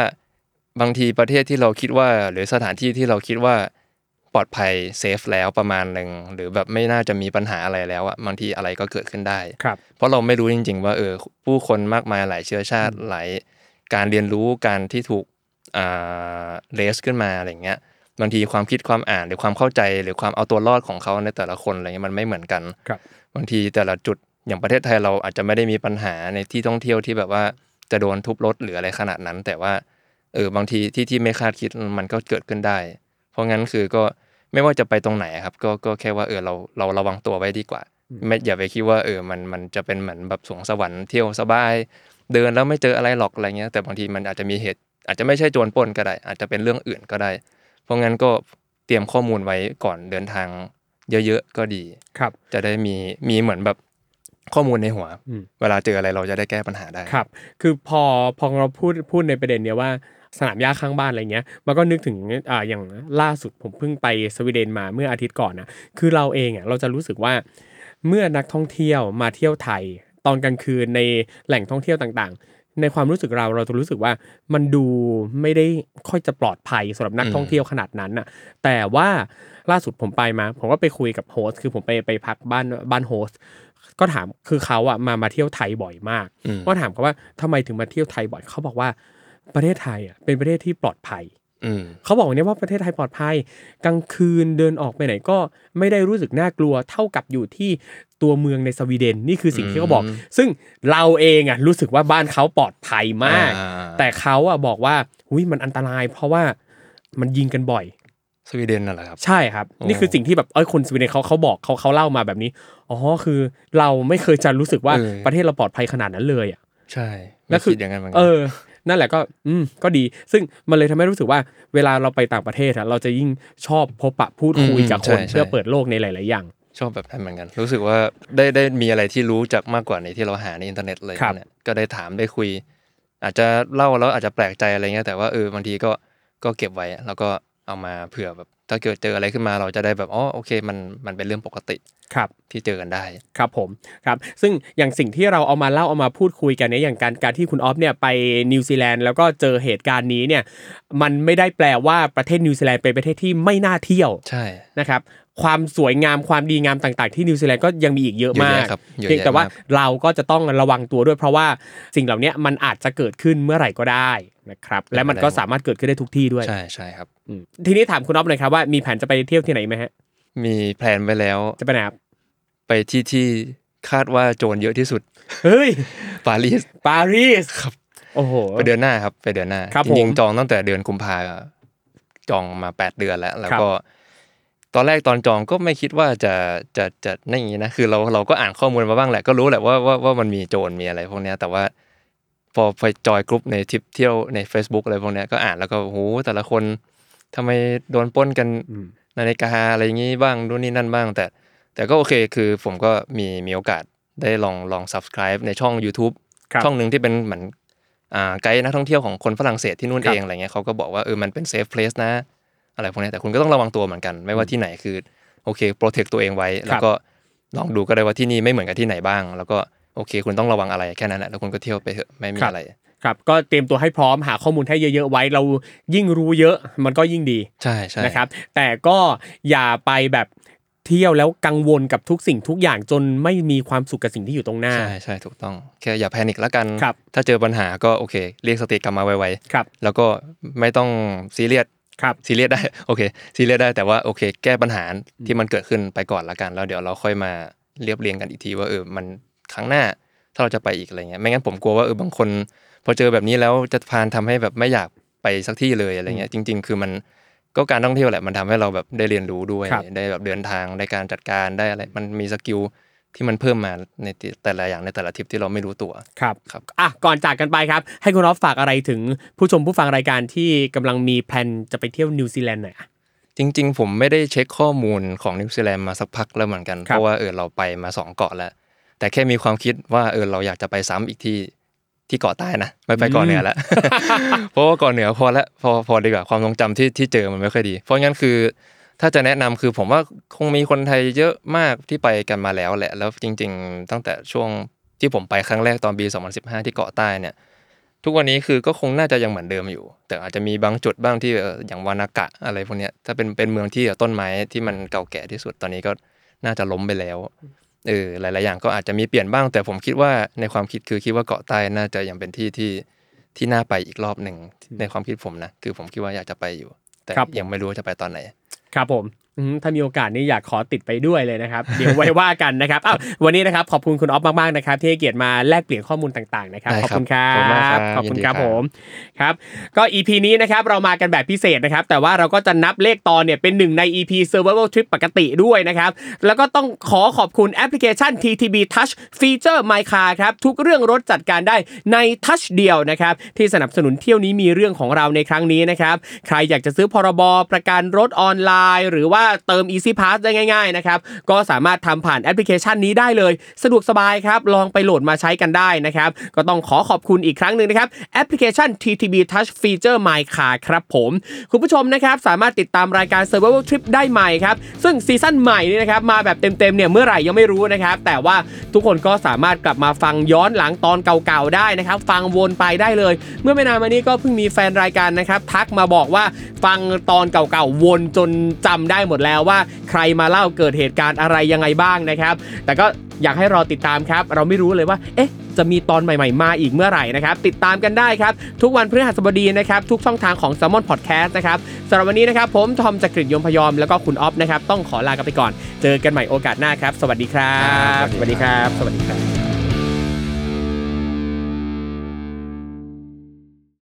บางทีประเทศที่เราคิดว่า หรือสถานที่ที่เราคิดว่าปลอดภัยเซฟแล้วประมาณหนึ่งหรือแบบไม่น่าจะมีปัญหาอะไรแล้วอะบางทีอะไรก็เกิดขึ้นได้ ครับ เพราะเราไม่รู้จริง ๆ ว่าเออผู้คนมากมายหลายเชื้อชาติหลายการเรียนรู้การที่ถูกอ่าเลสขึ้นมาอะไรอย่างเงี้ย บางทีความคิดความอ่านหรือความเข้าใจหรือความเอาตัวรอดของเขาในแต่ละคนอะไรเงี้ยมันไม่เหมือนกัน ครับ บางทีแต่ละจุดอย่างประเทศไทยเราอาจจะไม่ได้มีปัญหาในที่ท่องเที่ยวที่แบบว่าจะโดนทุบรถหรืออะไรขนาดนั้น แต่ว่าเออบางทีที่ที่ไม่คาดคิดมันก็เกิดขึ้นได้ เพราะงั้นคือก็ไม่ว่าจะไปตรงไหนอะครับ ก็ก็แค่ว่าเออเราเราระวังตัวไว้ดีกว่า ไม่อย่าไปคิดว่าเออมันมันจะเป็นเหมือนแบบสวงสวรรค์เที่ยวสบาย เดินแล้วไม่เจออะไรหรอกอะไรเงี้ยแต่บางทีมันอาจจะมีเหตุ อาจจะไม่ใช่โจรปล้นก็ได้ อาจจะเป็นเรื่องอื่นก็ได้ เพราะงั้นก็เตรียมข้อมูลไว้ก่อนเดินทางเยอะๆก็ดี ครับ จะได้มีมีเหมือนแบบข้อมูลในหัว อืม เวลาเจออะไรเราจะได้แก้ปัญหาได้ ครับ คือพอพอเราพูดพูดในประเด็นเนี้ยว่าสนามหญ้าข้างบ้านอะไรเงี้ย มันก็นึกถึงอ่าอย่างล่าสุดผมเพิ่งไปสวีเดนมาเมื่ออาทิตย์ก่อนนะ คือเราเองอ่ะเราจะรู้สึกว่าเมื่อนักท่องเที่ยวมาเที่ยวไทย ตอนกลางคืนในแหล่งท่องเที่ยวต่างๆ ในความรู้สึกเราเราจะรู้สึกว่ามันดูไม่ได้ค่อยจะปลอดภัยสำหรับนัก อืม ท่องเที่ยวขนาดนั้นน่ะ แต่ว่าล่าสุดผมไปมา ผมก็ไปคุยกับโฮสต์คือผมไปไปพักบ้านบ้านโฮสต์ก็ถามคือเขาอ่ะมามาเที่ยวไทยบ่อยมาก อืม ก็ถามเขาว่าทำไมถึงมาเที่ยวไทยบ่อยเขาบอกว่าประเทศไทยอ่ะเป็นประเทศที่ปลอดภัย อืม เขาบอกเนี่ยว่าประเทศไทยปลอดภัย กลางคืนเดินออกไปไหนก็ไม่ได้รู้สึกน่ากลัวเท่ากับอยู่ที่ตัวเมืองในสวีเดนนี่คือสิ่งที่เขาบอก อืม ซึ่งเราเองอ่ะรู้สึกว่าบ้านเขาปลอดภัยมาก อ่ แต่เขาอ่ะบอกว่าหุยมันอันตราย เพราะว่ามันยิงกันบ่อย สวีเดนน่ะเหรอครับ ใช่ครับ โอ้ นี่คือสิ่งที่แบบเอ้ยคนสวีเดนเขาเขาบอกเขาเขาเล่ามาแบบนี้อ๋อคือเราไม่เคยจะรู้สึกว่าประเทศเราปลอดภัยขนาดนั้นเลยอ่ะ ใช่ไม่ แล้วคือ ดอย่างนั้นเหมือนกั เออ นั่นแหละก็ อืม ก็ดี ซึ่งมันเลยทำให้รู้สึกว่า เวลาเราไปต่างประเทศอะเราจะยิ่งชอบพบปะพูดคุยกับคนเพื่อเปิดโลกในหลาย ๆ อย่าง ชอบแบบนั้นเหมือนกัน รู้สึกว่าได้ได้มีอะไรที่รู้จากมากกว่าในที่เราหาในอินเทอร์เน็ตเลย ครับ เนี่ยก็ได้ถามได้คุย อาจจะเล่าแล้วอาจจะแปลกใจอะไรเงี้ยแต่ว่าเออบางทีก็ก็เก็บไว้แล้วก็เอามาเผื่อแบบถ้าเกิดเจออะไรขึ้นมาเราจะได้แบบอ๋อโอเคมันมันเป็นเรื่องปกติ ครับ ที่เจอกันได้ ครับผม ครับ ซึ่งอย่างสิ่งที่เราเอามาเล่าเอามาพูดคุยกันเนี่ย อย่างการการที่คุณออฟเนี่ยไปนิวซีแลนด์แล้วก็เจอเหตุการณ์นี้เนี่ย มันไม่ได้แปลว่าประเทศนิวซีแลนด์เป็นประเทศที่ไม่น่าเที่ยว ใช่ นะครับความสวยงามความดีงามต่างๆ ที่นิวซีแลนด์ก็ยังมีอีกเยอะมาก เยอะแยะครับเยอะแยะ เพียงแต่ว่าม าก เราก็จะต้องระวังตัวด้วยเพราะว่าสิ่งเหล่านี้มันอาจจะเกิดขึ้นเมื่อไหร่ก็ได้นะครับและมันก็สามารถเกิดขึ้นได้ทุกที่ด้วย ใช่ใช่ครับ อืมทีนี้ถามคุณอ๊อฟหน่อยครับว่ามีแผนจะไปเที่ยวที่ไหนไหมฮะ มีแพลนไว้แล้ว จะไปไหนครับ ไปที่ที่คาดว่าโจรเยอะที่สุด เฮ้ย ปารีส ปารีสครับโอ้โห ไปเดือนหน้าครับไปเดือนหน้า ครับ จ ผม ริงๆจองตั้งแต่เดือนกุมภาจองมาแปดเดือนแล้ว แล้ว ครับ ก็ ตอนแรกตอนจองก็ไม่คิดว่าจะจะจะนั่นอย่างนี้นะคือเราเราก็อ่านข้อมูลมาบ้างแหละก็รู้แหละว่าว่าว่ามันมีโจรมีอะไรพวกเนี้ยแต่ว่า พอไปจอยกรุ๊ปในทริปเที่ยวใน Facebook อะไรพวกเนี้ยก็อ่านแล้วก็โหแต่ละคนทำไมโดนปล้นกัน อืม นาฬิกาอะไรอย่างงี้บ้างนู่นนี่นั่นบ้างแต่ แต่ก็โอเคคือผมก็มีมีโอกาสได้ลองลอง subscribe ในช่อง YouTube ครับ ช่องหนึ่งที่เป็นเหมือนอ่าไกด์นักท่องเที่ยวของคนฝรั่งเศสที่นู่น ครับ เองอะไรเงี้ยเขาก็บอกว่าเออมันเป็นเซฟเพลสนะ อะไรพวกเนี้ยแต่คุณก็ต้องระวังตัวเหมือนกัน ไม่ว่าที่ไหนคือโอเคโปรเทคตัวเองไว้ แล้วก็ลองดูก็ได้ว่าที่นี่ไม่เหมือนกับที่ไหนบ้าง แล้วก็โอเค คุณต้องระวังอะไรแค่นั้นแหละแล้วคุณก็เที่ยวไปเถอะไม่มีอะไร ครับก็เตรียมตัวให้พร้อมหาข้อมูลให้เยอะๆไว้ เรายิ่งรู้เยอะมันก็ยิ่งดี ใช่ใช่ นะครับแต่ก็อย่าไปแบบเที่ยวแล้วกังวลกับทุกสิ่งทุกอย่างจนไม่มีความสุขกับสิ่งที่อยู่ตรงหน้า ใช่ใช่ถูกต้องแค่อย่าแพนิคละกัน ครับ ถ้าเจอปัญหาก็โอเค เรียกสติกลับมาไว ครับ ๆ แล้วก็ไม่ต้องซีเรียส ครับ ซีเรียสได้ โอเคซีเรียสได้แต่ว่าโอเค แก้ปัญหาที่มันเกิดขึ้นไปก่อนละกัน แล้วเดี๋ยวเราค่อยมาเรียบเรียงกันอีกทีว่าเออมันครั้งหน้าถ้าเราจะไปอีกอะไรเงี้ยไม่งั้นผมกลัวว่าเออบางคนพอเจอแบบนี้แล้วจะพานทำให้แบบไม่อยากไปสักที่เลยอะไรเงี้ยจริง ๆ คือมันก็การท่องเที่ยวแหละมันทำให้เราแบบได้เรียนรู้ด้วย ครับ ได้แบบเดินทางได้การจัดการได้อะไรมันมีสกิล ที่มันเพิ่มมาในแต่ละอย่างในแต่ละทริปที่เราไม่รู้ตัว ครับ ครับ อ่ะก่อนจากกันไปครับ ให้คุณออฟฝากอะไรถึงผู้ชมผู้ฟังรายการที่กำลังมีแพลนจะไปเที่ยวนิวซีแลนด์หน่อยอ่ะ จริง ๆ ผมไม่ได้เช็คข้อมูลของนิวซีแลนด์มาสักพักแล้วเหมือนกัน ครับเพราะว่าเออเราไปมาสองเกาะแล้ว แต่แค่มีความคิดว่าเออเราอยากจะไปซ้ำอีกที่ที่เกาะใต้นะไม่ไปเกาะเหนือแล้ว เพราะว่าเกาะเหนือพอละพอพอดีกว่าความทรงจำที่ที่เจอมันไม่ค่อยดี เพราะงั้นคือ ถ้าจะแนะนำคือผมว่าคงมีคนไทยเยอะมากที่ไปกันมาแล้วแหละ แล้วจริง ๆ ตั้งแต่ช่วงที่ผมไปครั้งแรกตอนปี 2015 ที่เกาะใต้เนี่ย ทุกวันนี้คือก็คงน่าจะยังเหมือนเดิมอยู่ แต่อาจจะมีบางจุดบ้างที่เอ่ออย่างวานากะอะไรพวกเนี้ยถ้าเป็นเป็นเมืองที่เอ่อต้นไม้ที่มันเก่าแก่ที่สุดตอนนี้ก็น่าจะล้มไปแล้วเออหลายๆอย่างก็อาจจะมีเปลี่ยนบ้าง แต่ผมคิดว่าในความคิดคือคิดว่าเกาะใต้น่าจะยังเป็นที่ที่ที่น่าไปอีกรอบหนึ่งในความคิดผมนะคือผมคิดว่าอยากจะไปอยู่ แต่ ครับ ยังไม่รู้ว่าจะไปตอนไหน ครับผมอืมถ้ามีโอกาสนี่อยากขอติดไปด้วยเลย นะครับ เดี๋ยวไว้ว่ากันนะครับอ้าววันนี้นะครับขอบคุณคุณออฟมากๆนะครับที่ให้เกียรติมาแลกเปลี่ยนข้อมูลต่างๆนะครับ ได้ ขอบ ครับ คุณครั ขอบคุณมากครับ บ ขอบคุณครับ ยินดีครับ ผมครับ ก็ EP นี้นะครับเรามากันแบบพิเศษนะครับ แต่ว่าเราก็จะนับเลขตอนเนี่ยเป็นหนึ่งใน EP Survival Trip ปกติด้วยนะครับ แล้วก็ต้องขอขอบคุณแอปพลิเคชัน TTB Touch ฟีเจอร์ My Car ครับ ทุกเรื่องรถจัดการได้ในทัชเดียวนะครับ ที่สนับสนุนเที่ยวนี้มีเรื่องของเราในครั้งนี้นะครับ ใครอยากจะซื้อพรบประกันรถออนไลน์ หรือว่าเติม Easy Pass ได้ง่ายๆนะครับ ก็สามารถทำผ่านแอปพลิเคชันนี้ได้เลย สะดวกสบายครับ ลองไปโหลดมาใช้กันได้นะครับ ก็ต้องขอขอบคุณอีกครั้งหนึ่งนะครับ แอปพลิเคชัน TTB Touch Feature My Car ครับผม คุณผู้ชมนะครับสามารถติดตามรายการ Survival Trip ได้ใหม่ครับ ซึ่งซีซั่นใหม่นี่นะครับมาแบบเต็มๆเนี่ยเมื่อไหร่ยังไม่รู้นะครับ แต่ว่าทุกคนก็สามารถกลับมาฟังย้อนหลังตอนเก่าๆได้นะครับ ฟังวนไปได้เลย เมื่อไม่นานมานี้ก็เพิ่งมีแฟนรายการนะครับ ทักมาบอกว่าฟังตอนเก่าๆวนจนจำได้หมดแล้วว่า ใครมาเล่าเกิดเหตุการณ์อะไรยังไงบ้างนะครับ แต่ก็อยากให้รอติดตามครับ เราไม่รู้เลยว่า เอ๊ะ จะมีตอนใหม่ ๆ มาอีกเมื่อไหร่นะครับ ติดตามกันได้ครับ ทุกวันพฤหัสบดีนะครับ ทุกช่องทางของ s ซ l m o n Podcast นะครับสำหรับวันนี้นะครับ ผมทอมจากกริฑยมพยอมแล้วก็คุณออฟนะครับ ต้องขอลากันไปก่อน เจอกันใหม่โอกาสหน้าครับ สวัสดีครับ สวัสดีครับ สวัสดีครับ